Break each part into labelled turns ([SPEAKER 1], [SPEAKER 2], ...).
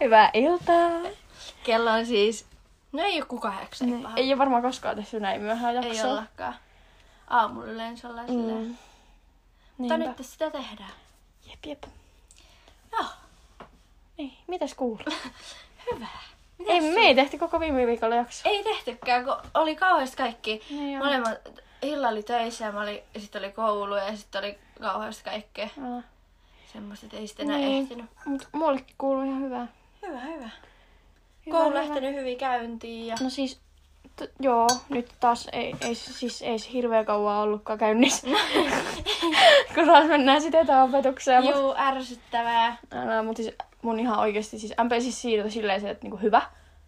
[SPEAKER 1] Hyvää iltaa.
[SPEAKER 2] Kello on siis... No ei ole kuin kahdeksan.
[SPEAKER 1] Niin.
[SPEAKER 2] paha.
[SPEAKER 1] Ei ole varmaan koskaan tehty näin myöhään
[SPEAKER 2] ei
[SPEAKER 1] jaksoa.
[SPEAKER 2] ollakaan. Aamulla yleensä ollaan silleen.
[SPEAKER 1] Mm.
[SPEAKER 2] Mutta
[SPEAKER 1] Niinpä.
[SPEAKER 2] nyt sitä tehdään.
[SPEAKER 1] Jep, jep.
[SPEAKER 2] Joo,
[SPEAKER 1] Niin, mitäs kuuluu?
[SPEAKER 2] hyvä.
[SPEAKER 1] ei, me ei tehty koko viime viikolla jaksoa.
[SPEAKER 2] Ei tehtykään, kun oli kauheasti kaikki.
[SPEAKER 1] Niin oli.
[SPEAKER 2] Molemmat, Hilla oli töissä ja mä oli, sitten oli koulu ja sitten oli kauheasti kaikkea.
[SPEAKER 1] Aa,
[SPEAKER 2] Semmoista, että ei sitten enää
[SPEAKER 1] Niin.
[SPEAKER 2] ehtinyt.
[SPEAKER 1] Mut mullekin kuuluu ihan hyvää.
[SPEAKER 2] Hyvä, hyvä.
[SPEAKER 1] Hyvä,
[SPEAKER 2] Koulu
[SPEAKER 1] hyvä.
[SPEAKER 2] lähtenyt hyvin käyntiin ja...
[SPEAKER 1] No siis, t- joo, nyt taas ei, ei, se- siis ei se hirveän kauan ollutkaan käynnissä.
[SPEAKER 2] No.
[SPEAKER 1] Kun taas mennään sitä etäopetukseen. Mut,
[SPEAKER 2] Juu, ärsyttävää.
[SPEAKER 1] no, mut siis mun ihan oikeesti siis, MP siis siirtyi silleen se, että niinku hyvä,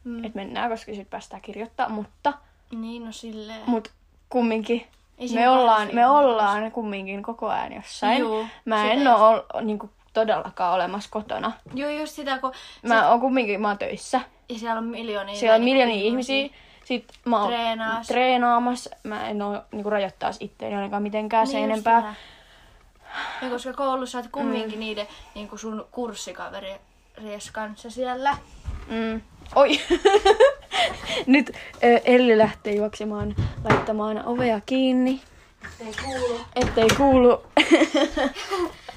[SPEAKER 2] Mm.
[SPEAKER 1] että mennään, koska sit päästään kirjoittaa, mutta,
[SPEAKER 2] Niin, no silleen.
[SPEAKER 1] mut kumminkin
[SPEAKER 2] Ei siinä
[SPEAKER 1] me ollaan,
[SPEAKER 2] paljon
[SPEAKER 1] me
[SPEAKER 2] siinä
[SPEAKER 1] ollaan kumminkin koko ajan jossain.
[SPEAKER 2] Juu,
[SPEAKER 1] mä en
[SPEAKER 2] sitä
[SPEAKER 1] oo ol, niinku, todellakaan olemassa kotona.
[SPEAKER 2] Joo, just sitä, kun
[SPEAKER 1] Mä oon kumminkin, mä oon töissä.
[SPEAKER 2] ja siellä on miljoonia.
[SPEAKER 1] Siellä on
[SPEAKER 2] niinku
[SPEAKER 1] miljoonia ihmisiä. Sitten mä oon
[SPEAKER 2] Treenaas.
[SPEAKER 1] treenaamassa. Mä en oo niinku rajoittaa itteeni ainakaan mitenkään se
[SPEAKER 2] Niin just
[SPEAKER 1] enempää.
[SPEAKER 2] sitä. Ja koska koulussa oot
[SPEAKER 1] Mm.
[SPEAKER 2] kumminkin niiden niin kuin sun kurssikaveries kanssa siellä.
[SPEAKER 1] Mm. Oi! Nyt ö, Elli lähtee juoksemaan laittamaan ovea kiinni,
[SPEAKER 2] Ei kuulu.
[SPEAKER 1] ettei kuulu.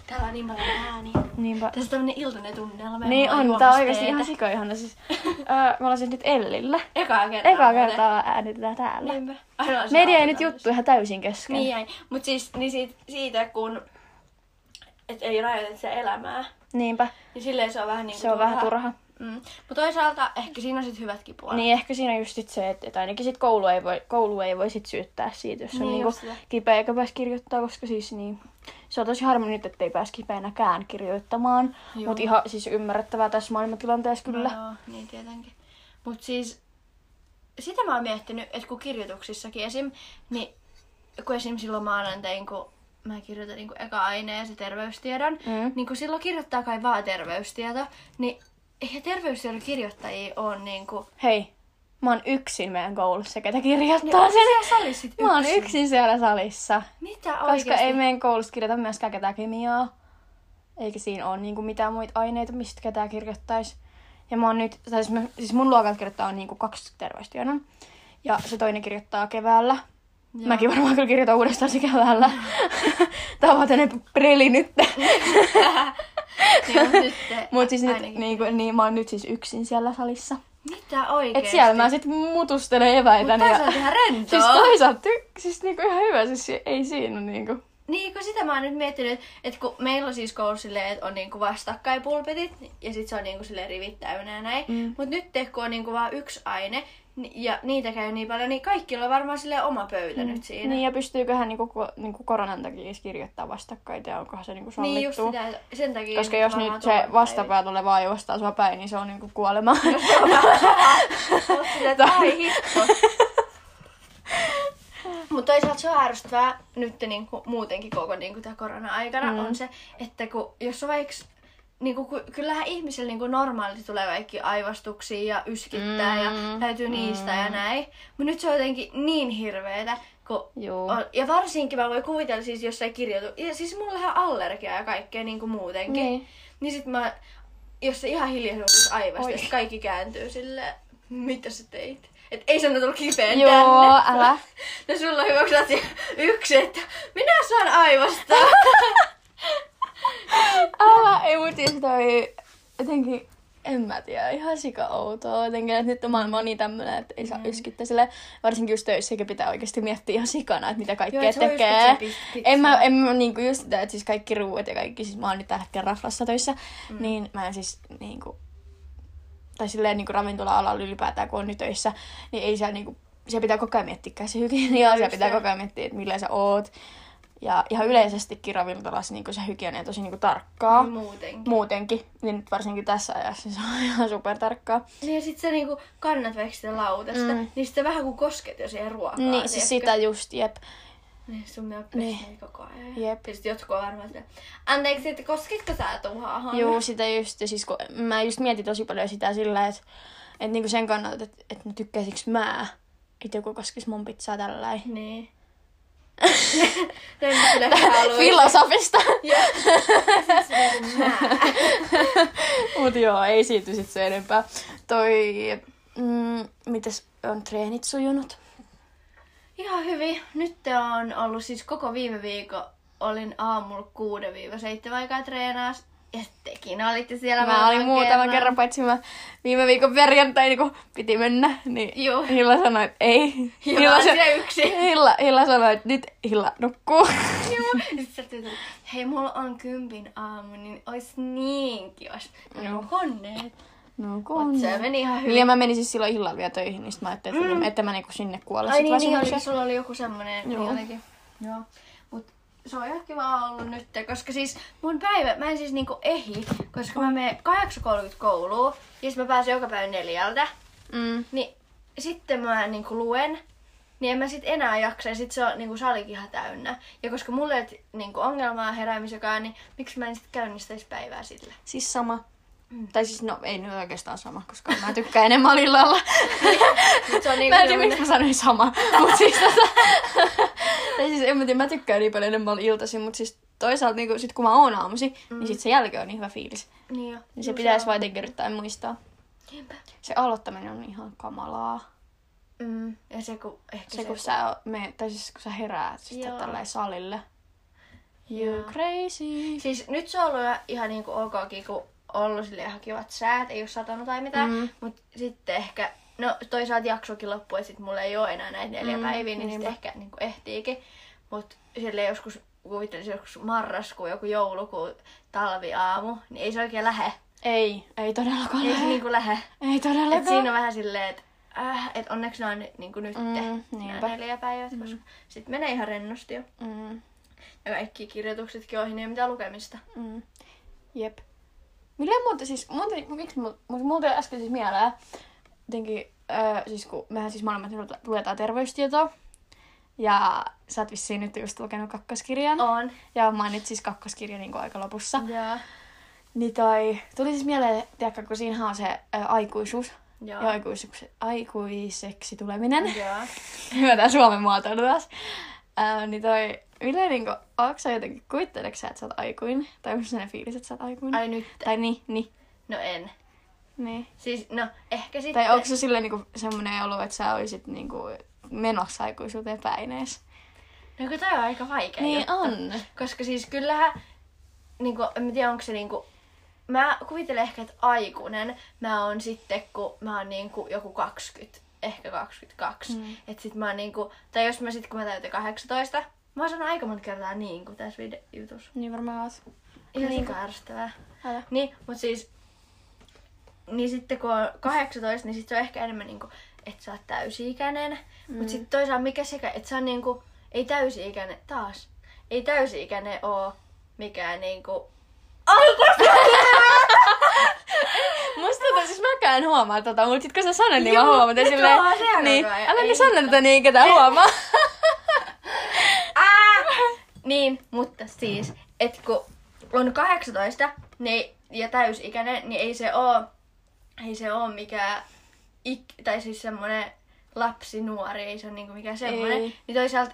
[SPEAKER 2] Täällä on niin paljon ääniä.
[SPEAKER 1] Niinpä.
[SPEAKER 2] Tässä on tämmönen iltainen tunnelma. ja
[SPEAKER 1] Niin
[SPEAKER 2] mulla
[SPEAKER 1] on, tää
[SPEAKER 2] juomassa
[SPEAKER 1] on oikeesti ihan
[SPEAKER 2] teetä.
[SPEAKER 1] sikoihana. Siis, öö, me ollaan siis nyt Ellillä.
[SPEAKER 2] Ekaa kertaa.
[SPEAKER 1] Ekaa
[SPEAKER 2] muuten.
[SPEAKER 1] kertaa äänitetään täällä.
[SPEAKER 2] Niinpä. Aina on se
[SPEAKER 1] Media ei nyt
[SPEAKER 2] nautinnollista.
[SPEAKER 1] juttu ihan täysin kesken.
[SPEAKER 2] Niin jäi. Mut siis niin siitä, siitä kun et ei rajoiteta sitä elämää.
[SPEAKER 1] Niinpä.
[SPEAKER 2] Niin silleen se on vähän niin
[SPEAKER 1] Se on vähän turha.
[SPEAKER 2] Mm. Mutta toisaalta ehkä siinä on sit hyvätkin puolet.
[SPEAKER 1] Niin ehkä siinä just sit se, että, että ainakin sit koulu ei voi, koulu ei voi sit syyttää siitä, jos on
[SPEAKER 2] Niin,
[SPEAKER 1] niinku
[SPEAKER 2] just se.
[SPEAKER 1] kipeä eikä pääs kirjoittaa, koska siis niin, se on tosi harmi nyt, ettei pääs kipeänäkään kirjoittamaan.
[SPEAKER 2] Joo.
[SPEAKER 1] Mutta ihan siis ymmärrettävää tässä maailmantilanteessa kyllä.
[SPEAKER 2] No, joo, niin tietenkin. Mut siis sitä mä oon miettinyt, että kun kirjoituksissakin esim, niin kun esim silloin maanantain, kun mä kirjoitan niin eka aineen ja se terveystiedon,
[SPEAKER 1] Mm.
[SPEAKER 2] niin kun silloin kirjoittaa kai vaan terveystieto, niin eihän terveystiedon kirjoittajia on niinku...
[SPEAKER 1] Hei, mä oon yksin meidän koulussa, ketä kirjoittaa sen.
[SPEAKER 2] Siellä salissa sit
[SPEAKER 1] Mä oon
[SPEAKER 2] yksin.
[SPEAKER 1] yksin siellä salissa.
[SPEAKER 2] Mitä
[SPEAKER 1] Koska
[SPEAKER 2] oikeesti?
[SPEAKER 1] ei meidän koulussa kirjoita myöskään ketään kemiaa. Eikä siinä ole niinku mitään muita aineita, mistä ketään kirjoittaisi. Ja mä oon nyt, tai siis, mä, siis mun luokat kirjoittaa on niinku kaksi terveystiedon. Ja se toinen kirjoittaa keväällä. Joo. Mäkin varmaan kyllä kirjoitan uudestaan se keväällä. Tää on vaan tämmönen preli nyt.
[SPEAKER 2] Niin, mut nyt te-
[SPEAKER 1] Mut siis nyt,
[SPEAKER 2] ainakin.
[SPEAKER 1] niinku, niin, mä oon nyt siis yksin siellä salissa.
[SPEAKER 2] Mitä
[SPEAKER 1] Et
[SPEAKER 2] oikeesti?
[SPEAKER 1] siellä mä sit mutustelen eväitä.
[SPEAKER 2] Mut toisaalta ihan rentoa.
[SPEAKER 1] Siis toisaalta, ty- siis niinku ihan hyvä, siis ei siinä niinku.
[SPEAKER 2] Niin, kun sitä mä oon nyt miettinyt, että kun meillä on siis koulussa silleen, että on niinku vastakkaipulpetit ja sit se on niinku silleen rivit täynnä ja näin. Mm. Mut nyt kun on niinku vaan yksi aine ni- ja niitä käy niin paljon, niin kaikilla on varmaan silleen oma pöytä mm. nyt siinä.
[SPEAKER 1] Niin, ja pystyyköhän niinku, ko- niinku koronan takia edes kirjoittaa vastakkaita ja onkohan se niinku sallittu.
[SPEAKER 2] niin just sitä, että sen takia...
[SPEAKER 1] Koska jos nyt se vastapää tulee vaan ja vastaa sua päin, niin se on niinku kuolema.
[SPEAKER 2] Tai Mutta toisaalta se on ärsyttävää nyt niinku, muutenkin koko niinku, tää korona-aikana mm. on se, että kun, jos on vaikka Niinku, ku- kyllähän ihmisillä niinku normaalisti tulee kaikki aivastuksia ja yskittää mm, ja täytyy niistä ja näin. Mutta nyt se on jotenkin niin hirveetä. Kun
[SPEAKER 1] Juu.
[SPEAKER 2] on, ja varsinkin mä voin kuvitella siis jossain kirjoitu. Ja siis mulla on allergiaa ja kaikkea niinku muutenkin.
[SPEAKER 1] Niin.
[SPEAKER 2] Niin sit mä, jos se ihan hiljaisuus aivasta,
[SPEAKER 1] Oi.
[SPEAKER 2] ja sit kaikki kääntyy silleen, mitä sä teit? Et ei sanota tullut kipeen
[SPEAKER 1] Joo,
[SPEAKER 2] tänne.
[SPEAKER 1] älä.
[SPEAKER 2] No sulla on hyväksi asia yksi, että minä saan aivasta.
[SPEAKER 1] Älä, ei mut siis toi jotenkin, en mä tiedä, ihan sika outoa jotenkin, että nyt on maailma on niin tämmönen, että ei
[SPEAKER 2] Mm.
[SPEAKER 1] saa yskittää sille, varsinkin just töissä, eikä pitää oikeasti miettiä ihan sikana, että mitä kaikkea
[SPEAKER 2] Joo,
[SPEAKER 1] Joo,
[SPEAKER 2] et sä voi
[SPEAKER 1] tekee.
[SPEAKER 2] yskittää pist-
[SPEAKER 1] En mä, en mä niinku just sitä, että siis kaikki ruuat ja kaikki, siis mä oon nyt tällä hetkellä raflassa töissä, mm. niin mä en siis niinku, tai silleen niinku ravintola-alalla ylipäätään, kun on nyt töissä, niin ei siellä niinku, siellä pitää koko ajan miettiä käsihygieniaa, siellä
[SPEAKER 2] just
[SPEAKER 1] pitää
[SPEAKER 2] se.
[SPEAKER 1] koko ajan miettiä, että millä sä oot. Ja ihan yleisestikin ravintolassa niin se hygienia on tosi niin tarkkaa
[SPEAKER 2] Mm. Muutenkin.
[SPEAKER 1] muutenkin, niin nyt varsinkin tässä ajassa niin se on ihan supertarkkaa.
[SPEAKER 2] Niin ja sit sä niinku kannat vaikka sitä lautasta, mm. niin sit sä vähän kun kosket jo siihen ruokaan.
[SPEAKER 1] Niin, siis
[SPEAKER 2] tiedätkö?
[SPEAKER 1] sitä just, jep.
[SPEAKER 2] Niin sun minä
[SPEAKER 1] Niin.
[SPEAKER 2] niin. koko ajan.
[SPEAKER 1] Jep.
[SPEAKER 2] Ja sit jotkut on varmaan sitä, anteeksi, että koskitko sä tuohon?
[SPEAKER 1] Juu, sitä just, ja siis kun mä just mietin tosi paljon sitä sillä, että et niinku sen
[SPEAKER 2] Mm.
[SPEAKER 1] kannalta, että et no tykkäisikö mä, että joku koskis mun pizzaa tällä
[SPEAKER 2] Niin. Lempipyläkkäalueita.
[SPEAKER 1] Filosofista.
[SPEAKER 2] Ja siis niinku mä.
[SPEAKER 1] Mut joo, ei siitä sit se enempää. Toi, mm, mites on treenit sujunut?
[SPEAKER 2] Ihan hyvin. Nyt on ollut siis koko viime viikon olin aamulla 6-7 aikaa treenaas. Ja tekin olitte siellä
[SPEAKER 1] Mä olin muutaman kerran, paitsi mä viime viikon perjantai, niin kun piti mennä, niin
[SPEAKER 2] Joo.
[SPEAKER 1] Hilla sanoi, että ei.
[SPEAKER 2] Joo, se yksin.
[SPEAKER 1] Hilla, Hilla sanoi, että nyt Hilla nukkuu.
[SPEAKER 2] Joo. Sitten sä tytöt, hei mulla on kympin aamu, niin ois niin kivas. No konneet.
[SPEAKER 1] No
[SPEAKER 2] Mut
[SPEAKER 1] kun.
[SPEAKER 2] se meni ihan hyvin.
[SPEAKER 1] Niin ja mä menin siis silloin illalla vielä töihin, niin sit mä ajattelin, että, mm. että mä niinku sinne kuolla.
[SPEAKER 2] Ai
[SPEAKER 1] sit
[SPEAKER 2] niin,
[SPEAKER 1] vaan
[SPEAKER 2] niin
[SPEAKER 1] sinne
[SPEAKER 2] olikin,
[SPEAKER 1] se-
[SPEAKER 2] sulla oli joku semmonen. Joo.
[SPEAKER 1] Joo.
[SPEAKER 2] Niin olikin. Joo. Mut se on ihan kiva ollut nyt, koska siis mun päivä, mä en siis niinku ehdi, koska mä menen 8.30 kouluun ja sit mä pääsen joka päivä neljältä.
[SPEAKER 1] Mm.
[SPEAKER 2] Niin sitten mä niinku luen, niin en mä sit enää jaksa ja sit se on niinku salikin ihan täynnä. Ja koska mulle ei ole niinku ongelmaa heräämisekaan, niin miksi mä en sit käynnistäisi päivää sillä?
[SPEAKER 1] Siis sama. Tai siis, no ei nyt oikeastaan sama, koska mä tykkään enemmän illalla.
[SPEAKER 2] Mut se on niinku
[SPEAKER 1] Mä en tiedä,
[SPEAKER 2] semmonen-
[SPEAKER 1] miksi mä sanoin sama. Mut siis tota... tai siis en mä tiedä, mä tykkään niin paljon enemmän iltaisin, mut siis toisaalta niin sit kun mä oon aamusi, mm. niin sit se jälkeen on niin hyvä fiilis.
[SPEAKER 2] Niin jo.
[SPEAKER 1] Niin se
[SPEAKER 2] Juu,
[SPEAKER 1] pitäisi
[SPEAKER 2] on.
[SPEAKER 1] vaan jotenkin yrittää muistaa.
[SPEAKER 2] Niinpä.
[SPEAKER 1] Se aloittaminen on ihan kamalaa.
[SPEAKER 2] Mm. Ja se kun ehkä
[SPEAKER 1] Se kun sä, oot- me, tai siis kun sä heräät sitten
[SPEAKER 2] Joo.
[SPEAKER 1] tällä salille. You crazy.
[SPEAKER 2] Siis nyt se on ollut ihan- ihan niinku okkin, kun ollut sille ihan kivat säät, ei ole satanut tai mitään.
[SPEAKER 1] Mm.
[SPEAKER 2] Mm. Mutta sitten ehkä, no toisaalta jaksokin loppuu, että sit mulla ei ole enää näitä neljä
[SPEAKER 1] Mm,
[SPEAKER 2] mm. päiviä, niin
[SPEAKER 1] niinpä.
[SPEAKER 2] sitten ehkä niinku ehtiikin. Mutta sille joskus kuvittelisin joskus marraskuu, joku joulukuu, talviaamu, niin ei se oikein lähe.
[SPEAKER 1] Ei, ei todellakaan.
[SPEAKER 2] Ei se
[SPEAKER 1] Ei,
[SPEAKER 2] niinku lähe.
[SPEAKER 1] ei todellakaan.
[SPEAKER 2] Et siinä on vähän silleen, että äh, et onneksi nämä on nyt- niinku nyt
[SPEAKER 1] Mm,
[SPEAKER 2] mm,
[SPEAKER 1] niinpä.
[SPEAKER 2] nämä neljä päivää, koska mm. sitten menee ihan rennosti jo.
[SPEAKER 1] Mm,
[SPEAKER 2] Ja kaikki kirjoituksetkin ohi, niin ei mitään lukemista.
[SPEAKER 1] mm. Jep. Milleen muuten siis, muuten, miksi mul- mut muuten äsken siis mieleen, jotenkin, öö, siis kun mehän siis molemmat lu- luetaan terveystietoa, ja sä oot vissiin nyt just lukenut kakkoskirjan.
[SPEAKER 2] On.
[SPEAKER 1] Ja mä oon nyt siis kakkoskirja niin aika lopussa.
[SPEAKER 2] Joo.
[SPEAKER 1] Niin toi, tuli siis mieleen, tiedätkö, kun siinähän on se ö, aikuisuus
[SPEAKER 2] Joo.
[SPEAKER 1] ja aikuiseksi, aikuiseksi tuleminen.
[SPEAKER 2] Joo.
[SPEAKER 1] Hyvä tää suomen muotoilu taas. Ää, niin toi, millä niinku, onko sä jotenkin, kuvitteleksä, sä, että sä oot aikuinen? Tai onko ne fiilis, että sä oot aikuinen?
[SPEAKER 2] Ai nyt.
[SPEAKER 1] Tai niin, niin,
[SPEAKER 2] No en.
[SPEAKER 1] niin.
[SPEAKER 2] Siis, no, ehkä sitten.
[SPEAKER 1] Tai onko se silleen niinku semmonen olo, että sä oisit niinku menossa aikuisuuteen päin ees?
[SPEAKER 2] No kun toi on aika vaikea
[SPEAKER 1] Niin
[SPEAKER 2] juttu.
[SPEAKER 1] on.
[SPEAKER 2] Koska siis kyllähän, niinku, en mä tiedä onko se niinku, mä kuvittelen ehkä, että aikuinen mä oon sitten, kun mä oon niinku joku 20, ehkä 22. Mm. Et sit mä oon niinku, tai jos mä sit kun mä täytän 18, mä oon sanonut aika monta kertaa niin kuin tässä video jutussa.
[SPEAKER 1] Niin varmaan oot.
[SPEAKER 2] Ihan
[SPEAKER 1] Niin
[SPEAKER 2] niin ärsyttävää.
[SPEAKER 1] Älä.
[SPEAKER 2] Niin, mut siis, niin sitten kun on 18, niin sit se on ehkä enemmän niinku, että sä oot täysi-ikäinen. Mm. Mut sit toisaalta mikä sekä, että sä on niinku, ei täysi-ikäinen, taas, ei täysi-ikäinen oo mikään niinku,
[SPEAKER 1] Musta tuntuu, siis mäkään en huomaa tota, mut sit kun sä sanoit, niin mä
[SPEAKER 2] Joo,
[SPEAKER 1] huomaan, että
[SPEAKER 2] nyt
[SPEAKER 1] silleen...
[SPEAKER 2] onhan se aika
[SPEAKER 1] niin,
[SPEAKER 2] hyvä ja
[SPEAKER 1] älä
[SPEAKER 2] ei
[SPEAKER 1] niin sano tätä niin, ketä huomaa.
[SPEAKER 2] Ää! Niin, mutta siis, että kun on 18 niin, ja täysikäinen, niin ei se oo, ei se oo mikään, ik, tai siis semmonen lapsi, nuori, ei se ole niinku mikään semmonen.
[SPEAKER 1] Ei.
[SPEAKER 2] Niin toisaalta,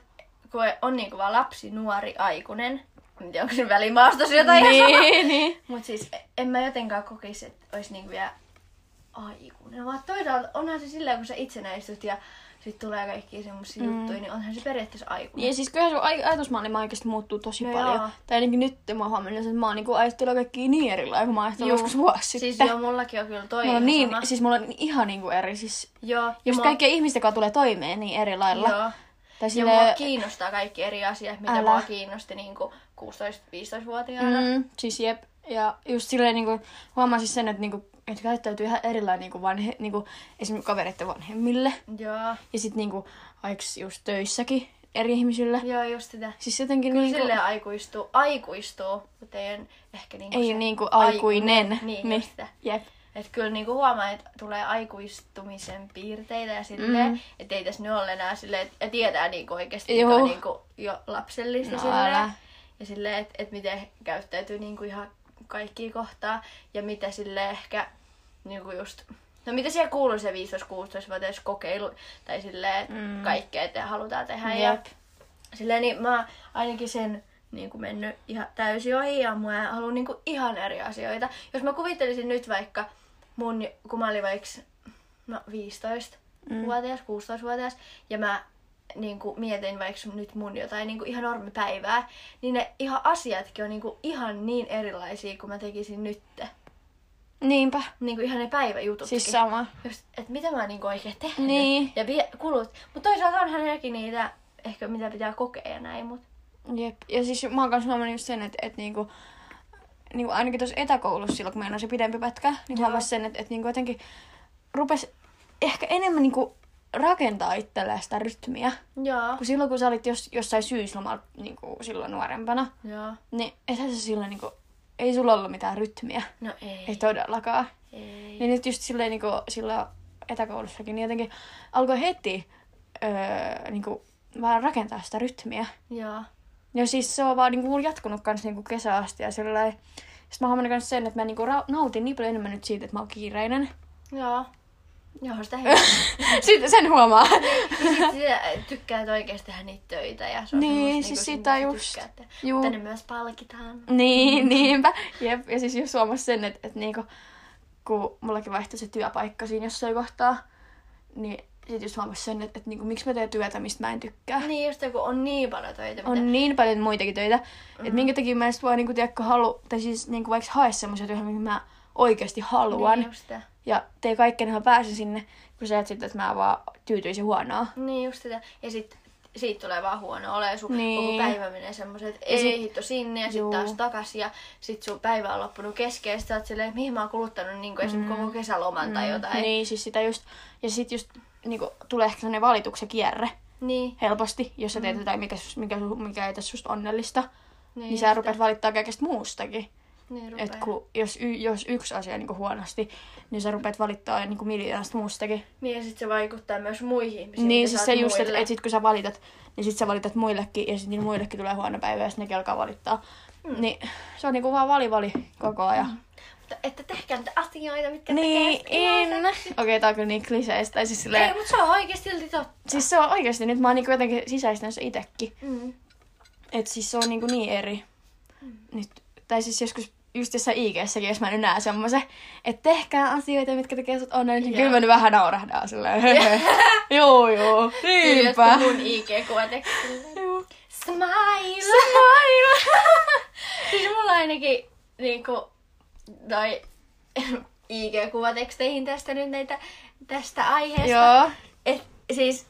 [SPEAKER 2] kun on niinku vaan lapsi, nuori, aikuinen, en tiedä, onko se välimaastossa jotain niin.
[SPEAKER 1] niin, niin.
[SPEAKER 2] Mut siis en mä jotenkaan kokisi, että olisi niinku vielä aikuinen, vaan toisaalta onhan se silleen, kun sä itsenäistyt ja sit tulee kaikki semmosia mm. juttuja, niin onhan se periaatteessa aikuinen.
[SPEAKER 1] Ja siis kyllähän sun aj- ajatusmaailma oikeasti muuttuu tosi
[SPEAKER 2] No
[SPEAKER 1] paljon.
[SPEAKER 2] joo.
[SPEAKER 1] Tai ainakin nyt mä huomannut, että mä oon niinku ajatellut kaikki niin eri lailla, kuin mä ajattelin
[SPEAKER 2] Juu.
[SPEAKER 1] joskus vuosi sitten.
[SPEAKER 2] Siis joo, mullakin on kyllä toi
[SPEAKER 1] mulla on
[SPEAKER 2] ihan
[SPEAKER 1] niin,
[SPEAKER 2] sama.
[SPEAKER 1] siis mulla on ihan niinku eri. Siis
[SPEAKER 2] Joo, ja
[SPEAKER 1] just
[SPEAKER 2] mua-
[SPEAKER 1] kaikkien ihmisten kanssa tulee toimeen niin eri lailla.
[SPEAKER 2] Joo.
[SPEAKER 1] Tai
[SPEAKER 2] Ja mua
[SPEAKER 1] sille,
[SPEAKER 2] kiinnostaa kaikki eri asiat, mitä
[SPEAKER 1] Älä.
[SPEAKER 2] Älä. mua kiinnosti niin 16-15-vuotiaana. Mm.
[SPEAKER 1] mm, siis jep. Ja just silleen niinku huomasin sen, että niinku, et käyttäytyy ihan erilainen niinku vanhe, niinku, esimerkiksi kavereiden vanhemmille.
[SPEAKER 2] Joo,
[SPEAKER 1] Ja sit niinku aiks just töissäkin eri ihmisillä.
[SPEAKER 2] joo just sitä.
[SPEAKER 1] Siis jotenkin
[SPEAKER 2] Kyllä
[SPEAKER 1] niinku...
[SPEAKER 2] silleen aikuistuu, aikuistuu, mutta ei en ehkä niinku
[SPEAKER 1] ei
[SPEAKER 2] se
[SPEAKER 1] niinku aikuinen.
[SPEAKER 2] Niin,
[SPEAKER 1] niin.
[SPEAKER 2] just sitä.
[SPEAKER 1] Jep.
[SPEAKER 2] Et kyllä niinku huomaa, että tulee aikuistumisen piirteitä ja silleen,
[SPEAKER 1] Mm-hmm.
[SPEAKER 2] mm. että ei tässä nyt ole enää silleen, että tietää niinku oikeasti, mikä
[SPEAKER 1] Juu.
[SPEAKER 2] on niinku jo lapsellista
[SPEAKER 1] No,
[SPEAKER 2] no, silleen.
[SPEAKER 1] älä.
[SPEAKER 2] Ja silleen, että et miten käyttäytyy niinku ihan kaikkia kohtaa ja mitä sille ehkä niinku just... No mitä siellä kuuluu se 15-16-vuotias kokeilu tai silleen, että mm. kaikkea te halutaan tehdä. Ja
[SPEAKER 1] Jep.
[SPEAKER 2] Silleen niin mä ainakin sen niin kuin mennyt ihan täysin ohi ja mä haluan niin kuin ihan eri asioita. Jos mä kuvittelisin nyt vaikka mun, kun mä olin vaikka no, 15 mm. vuotias, 16 vuotias ja mä niin kuin mietin vaikka nyt mun jotain niin kuin ihan normipäivää, niin ne ihan asiatkin on niin kuin ihan niin erilaisia kuin mä tekisin nytte.
[SPEAKER 1] Niinpä.
[SPEAKER 2] Niin kuin ihan ne päiväjututkin.
[SPEAKER 1] Siis sama.
[SPEAKER 2] Just, et mitä mä niinku oikein tehnyt
[SPEAKER 1] Niin.
[SPEAKER 2] ja vie, kulut. Mutta toisaalta onhan nekin niitä, ehkä mitä pitää kokea ja näin, mut
[SPEAKER 1] Jep. Ja siis mä oon kanssa huomannut just sen, että, että niinku, niinku ainakin tuossa etäkoulussa silloin, kun meillä on se pidempi pätkä, niin
[SPEAKER 2] Joo.
[SPEAKER 1] huomasin sen, että, että niinku jotenkin rupes ehkä enemmän niinku rakentaa itselleen sitä rytmiä.
[SPEAKER 2] joo.
[SPEAKER 1] Kun silloin, kun sä olit jos, jossain syyslomalla niinku silloin nuorempana,
[SPEAKER 2] Joo.
[SPEAKER 1] niin ethän se silloin niinku, ei sulla ollut mitään rytmiä.
[SPEAKER 2] No ei.
[SPEAKER 1] Ei todellakaan.
[SPEAKER 2] ei.
[SPEAKER 1] Niin nyt just silleen niin kuin, silloin etäkoulussakin, niin jotenkin alkoi heti öö, niin kuin, vähän rakentaa sitä rytmiä.
[SPEAKER 2] Joo.
[SPEAKER 1] Ja siis se on vaan niin kuin, mulla jatkunut kans niin kuin kesä asti ja silleen. Sitten mä huomannut kans sen, että mä niin kuin, nautin niin paljon enemmän nyt siitä, että mä oon kiireinen.
[SPEAKER 2] Joo. Joo, sitä hei.
[SPEAKER 1] Sitten sen huomaa.
[SPEAKER 2] sitä tykkäät oikeesti tehdä niitä töitä ja se on
[SPEAKER 1] Niin,
[SPEAKER 2] semmoista,
[SPEAKER 1] siis
[SPEAKER 2] niinku,
[SPEAKER 1] sitä
[SPEAKER 2] semmoista
[SPEAKER 1] just.
[SPEAKER 2] tykkää tehdä.
[SPEAKER 1] Juu.
[SPEAKER 2] Mutta ne myös palkitaan.
[SPEAKER 1] niin, niinpä. Jep. Ja siis just huomasin sen, että, että niin kuin, kun mullakin vaihtui se työpaikka siinä jossain kohtaa, niin sitten just huomasin sen, että, että niin kuin, miksi mä teen työtä, mistä mä en tykkää.
[SPEAKER 2] Niin, just kun on niin paljon töitä, mitä...
[SPEAKER 1] on niin paljon muitakin töitä, mm.
[SPEAKER 2] Mm-hmm.
[SPEAKER 1] että minkä takia mä en sit vaan niinku, tiedätkö, halu, tai siis niinku, vaikka hae semmoisia työhön, mitä mä oikeasti haluan.
[SPEAKER 2] Niin
[SPEAKER 1] Niin.
[SPEAKER 2] just, sitä.
[SPEAKER 1] Ja tee kaikkeen, että mä pääsen sinne, kun sä et sitten, että mä vaan tyytyisin huonoa.
[SPEAKER 2] niin just sitä. Ja sit siitä tulee vaan huono ole ja sun
[SPEAKER 1] Niin.
[SPEAKER 2] koko päivä menee semmoiset, että
[SPEAKER 1] Ja
[SPEAKER 2] ei
[SPEAKER 1] sit-
[SPEAKER 2] sit, hitto sinne ja
[SPEAKER 1] Juu.
[SPEAKER 2] sitten taas takas ja sit sun päivä on loppunut kesken ja sit sä oot silleen, että mihin mä oon kuluttanut niin kuin, mm. koko kesäloman mm. tai jotain.
[SPEAKER 1] Niin, siis sitä just, ja sit just niinku, tulee ehkä sellainen valituksen kierre
[SPEAKER 2] Niin,
[SPEAKER 1] helposti, jos sä teet mm. jotain, mikä, sus- mikä, su- mikä ei tässä susta onnellista. Niin, niin
[SPEAKER 2] just
[SPEAKER 1] sä
[SPEAKER 2] sitä.
[SPEAKER 1] rupeat valittaa kaikesta muustakin.
[SPEAKER 2] niin rupeaa.
[SPEAKER 1] Et kun, jos, y, jos yksi asia niinku huonosti, niin sä rupeat valittaa niinku miljoonasta muustakin.
[SPEAKER 2] Niin ja sit se vaikuttaa myös muihin ihmisiin.
[SPEAKER 1] Niin,
[SPEAKER 2] mitä
[SPEAKER 1] siis
[SPEAKER 2] sä
[SPEAKER 1] se
[SPEAKER 2] oot
[SPEAKER 1] just, että
[SPEAKER 2] muille.
[SPEAKER 1] et sit kun sä valitat, niin sit sä valitat muillekin ja sit niillä muillekin tulee huono päivä ja sit nekin alkaa valittaa. Mm. Niin se on niinku vaan vali-vali koko ajan. Mm.
[SPEAKER 2] Mutta että tehkää niitä asioita, mitkä
[SPEAKER 1] Niin,
[SPEAKER 2] tekee
[SPEAKER 1] en.
[SPEAKER 2] iloiseksi.
[SPEAKER 1] Okei, okay, tää on kyllä niin kliseistä. Tai Siis,
[SPEAKER 2] Ei,
[SPEAKER 1] silleen,
[SPEAKER 2] mutta se on oikeesti silti totta.
[SPEAKER 1] siis se on oikeesti, nyt mä oon niinku jotenkin sisäistänyt se itekin.
[SPEAKER 2] Mm.
[SPEAKER 1] Et siis se on niinku niin eri. Nyt, tai siis joskus just jossain IG-säkin, jos mä nyt näen semmoisen, että tehkää asioita, mitkä tekee sut onnellisen, niin
[SPEAKER 2] Joo.
[SPEAKER 1] kyllä mä nyt vähän naurahdaan silleen. joo, joo, niinpä.
[SPEAKER 2] Jotkut mun IG-kuvatekstille.
[SPEAKER 1] Joo.
[SPEAKER 2] Smile! siis mulla ainakin niinku noi IG-kuvateksteihin tästä nyt näitä tästä aiheesta.
[SPEAKER 1] Joo.
[SPEAKER 2] Et, siis,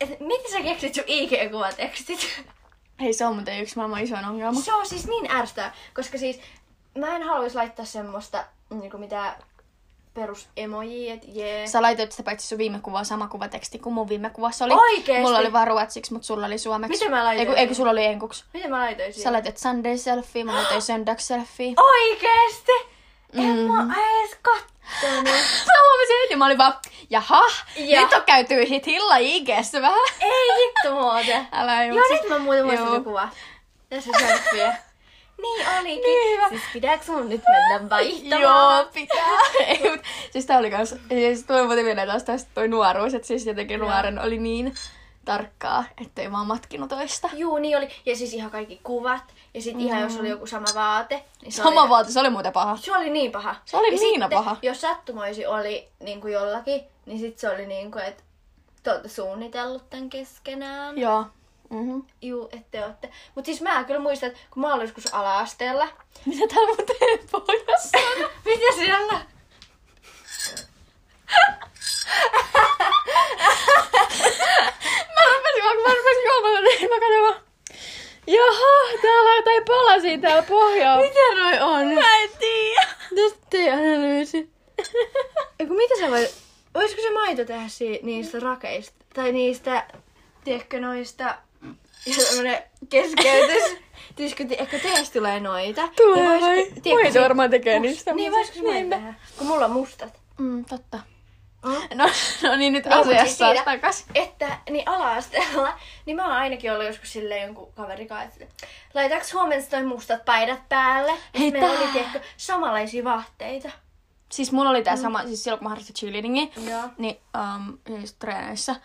[SPEAKER 2] et, miten sä keksit sun IG-kuvatekstit?
[SPEAKER 1] Hei, se on muuten yksi maailman isoin ongelma.
[SPEAKER 2] Se on siis niin ärsyttävää, koska siis mä en haluaisi laittaa semmoista niinku mitä perus emojia, et jee.
[SPEAKER 1] Sä laitoit sitä paitsi sun viime kuvaa sama kuvateksti kuin mun viime kuvassa oli.
[SPEAKER 2] Oikeesti?
[SPEAKER 1] Mulla oli vaan ruotsiksi, mutta sulla oli suomeksi.
[SPEAKER 2] Miten mä laitoin
[SPEAKER 1] Ei kun,
[SPEAKER 2] sen?
[SPEAKER 1] ei kun sulla oli enkuksi.
[SPEAKER 2] Miten mä laitoin siihen?
[SPEAKER 1] Sä laitat Sunday selfie, mä laitoin Sunday selfie.
[SPEAKER 2] Oikeesti? En
[SPEAKER 1] Mm-hmm.
[SPEAKER 2] mä edes kattonut.
[SPEAKER 1] Mä huomasin heti, mä olin vaan, jaha,
[SPEAKER 2] Ja.
[SPEAKER 1] nyt on käyty hit hilla IGssä vähän.
[SPEAKER 2] Ei hitto muuten.
[SPEAKER 1] Älä ei,
[SPEAKER 2] Joo,
[SPEAKER 1] mut siis-
[SPEAKER 2] nyt mä muuten muistan
[SPEAKER 1] Joo.
[SPEAKER 2] sen kuva. Tässä selfie. Niin olikin.
[SPEAKER 1] Niin hyvä.
[SPEAKER 2] Siis pitääks mun nyt mennä vaihtamaan?
[SPEAKER 1] Joo, pitää. Ei, mut, siis tää oli kans, siis tuli muuten mieleen taas tästä toi nuoruus, että siis jotenkin
[SPEAKER 2] Joo.
[SPEAKER 1] nuoren oli niin tarkkaa, ettei vaan matkinut toista.
[SPEAKER 2] Juu, niin oli. Ja siis ihan kaikki kuvat. Ja sit ihan jos oli joku sama vaate. Niin se
[SPEAKER 1] Mm-hmm. Sama
[SPEAKER 2] oli...
[SPEAKER 1] vaate, se Siis oli muuten paha.
[SPEAKER 2] Se oli niin paha.
[SPEAKER 1] Se oli
[SPEAKER 2] ja
[SPEAKER 1] niin
[SPEAKER 2] sitten,
[SPEAKER 1] paha.
[SPEAKER 2] jos sattumoisi oli niin kuin jollakin, niin sit se oli niin kuin, että te olette suunnitellut tämän keskenään.
[SPEAKER 1] Joo. Mm-hmm.
[SPEAKER 2] Juu, ette ootte. Mut siis mä kyllä muistan, että kun mä olin joskus ala-asteella.
[SPEAKER 1] Mitä täällä mun teepojassa on?
[SPEAKER 2] Mitä siellä?
[SPEAKER 1] Mä rupesin vaan, kun mä rupesin juomaan, niin mä katsoin vaan. Jaha, täällä on jotain palasia täällä pohjalla.
[SPEAKER 2] Mitä noi on?
[SPEAKER 1] Mä en tiedä.
[SPEAKER 2] Tästä tein analyysi. Eiku, mitä sä voi... Voisiko se maito tehdä si- niistä rakeista? Tai niistä, tiedätkö, noista... Ja tämmönen keskeytys. Tiiskö, ehkä teistä tulee noita.
[SPEAKER 1] Tulee
[SPEAKER 2] Niin voisiko-
[SPEAKER 1] vai?
[SPEAKER 2] tiedätkö,
[SPEAKER 1] Maito
[SPEAKER 2] si-
[SPEAKER 1] varmaan tekee
[SPEAKER 2] must-
[SPEAKER 1] niistä
[SPEAKER 2] Niin,
[SPEAKER 1] semmoset.
[SPEAKER 2] voisiko se maito
[SPEAKER 1] Niinpä.
[SPEAKER 2] tehdä? Kun mulla on mustat.
[SPEAKER 1] Mm, totta.
[SPEAKER 2] Mm.
[SPEAKER 1] No, no niin, nyt
[SPEAKER 2] Niin, mut
[SPEAKER 1] asiassa
[SPEAKER 2] siis
[SPEAKER 1] taas
[SPEAKER 2] siinä-
[SPEAKER 1] takas.
[SPEAKER 2] Että, niin ala-asteella, niin mä oon ainakin ollut joskus silleen jonkun kaverin kanssa, että laitaks huomenna toi mustat paidat päälle? Ja
[SPEAKER 1] Hei,
[SPEAKER 2] sit meillä
[SPEAKER 1] tää.
[SPEAKER 2] oli, tiedätkö, samanlaisia vaatteita.
[SPEAKER 1] Siis mulla oli tää sama, siis silloin kun mä harrastin cheerleadingia,
[SPEAKER 2] Joo.
[SPEAKER 1] niin um, siis treeneissä,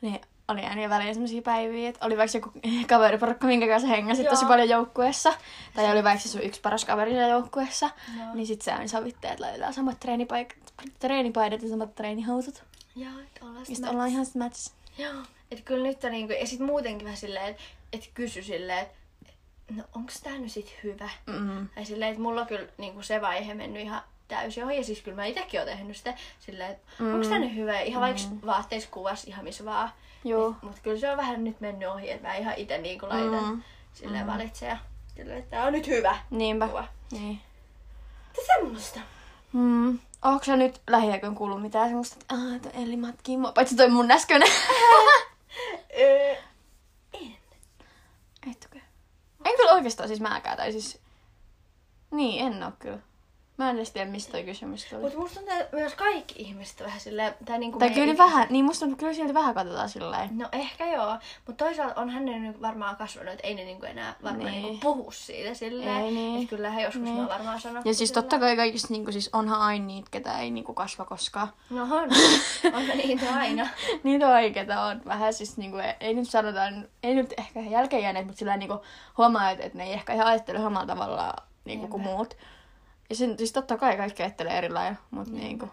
[SPEAKER 1] niin oli aina välillä sellaisia päiviä, että oli vaikka joku kaveriporukka, minkä kanssa hengäsit
[SPEAKER 2] Joo.
[SPEAKER 1] tosi paljon joukkueessa, tai oli vaikka se sun yksi paras kaveri siellä joukkueessa,
[SPEAKER 2] Joo.
[SPEAKER 1] niin sitten se aina sovittiin, että laitetaan samat treenipaikat, treenipaidat ja samat treenihousut.
[SPEAKER 2] Joo, et ollaan
[SPEAKER 1] Ja
[SPEAKER 2] sit
[SPEAKER 1] sitten
[SPEAKER 2] mä-
[SPEAKER 1] ollaan ihan sitten matchissa.
[SPEAKER 2] Joo, et kyllä nyt on niinku, ja sit muutenkin vähän silleen, että et kysy silleen, että no onks tää nyt sit hyvä?
[SPEAKER 1] Mm.
[SPEAKER 2] Tai silleen, että mulla on kyllä niinku se vaihe mennyt ihan täysin ohi. Ja siis kyllä mä itsekin oon tehnyt sitä silleen, että mm. onko tää nyt hyvä? Ja Ihan vaikka vaatteissa kuvas ihan missä vaan.
[SPEAKER 1] Joo.
[SPEAKER 2] Mutta kyllä se on vähän nyt mennyt ohi, että mä ihan itse niinku laitan
[SPEAKER 1] Mm.
[SPEAKER 2] mm. silleen mm. valitsen. Ja silleen, että tää on nyt hyvä
[SPEAKER 1] Niinpä.
[SPEAKER 2] kuva.
[SPEAKER 1] Niin.
[SPEAKER 2] Että semmoista.
[SPEAKER 1] Mm. Onko sä nyt lähiaikoin kuullut mitään semmoista, että aah, toi Elli matkii mua, paitsi toi mun äskeinen.
[SPEAKER 2] Öö,
[SPEAKER 1] Etkö? En kyllä oikeastaan siis mäkään, tai siis... Niin, en oo kyllä. Mä en edes tiedä, mistä toi kysymys tuli.
[SPEAKER 2] Mutta musta on tää myös kaikki ihmiset vähän silleen, tai niinku
[SPEAKER 1] Tai
[SPEAKER 2] me
[SPEAKER 1] kyllä
[SPEAKER 2] itse-
[SPEAKER 1] ne vähän, niin musta kyllä silti vähän katsotaan sillä
[SPEAKER 2] No ehkä joo, mutta toisaalta onhän ne niinku varmaan kasvanut, että ei ne niinku enää varmaan
[SPEAKER 1] Niin.
[SPEAKER 2] niinku puhu siitä silleen.
[SPEAKER 1] Ei niin.
[SPEAKER 2] Et kyllähän joskus
[SPEAKER 1] Niin.
[SPEAKER 2] niin. mä varmaan sanon.
[SPEAKER 1] Ja siis totta kai kaikista, niin siis onhan aina niitä, ketä ei niinku kasva koskaan.
[SPEAKER 2] No on, on niitä aina.
[SPEAKER 1] niitä oikeita on vähän siis, niinku, ei, ei nyt sanotaan, ei nyt ehkä ihan jälkeenjääneet, mutta sillä niinku huomaa, että, että ne ei ehkä ihan ajattele samalla tavalla niinku, kuin
[SPEAKER 2] Niinpä.
[SPEAKER 1] muut. Ja sen, siis totta kai kaikki ajattelee eri lailla, mutta
[SPEAKER 2] Niin.
[SPEAKER 1] niinku,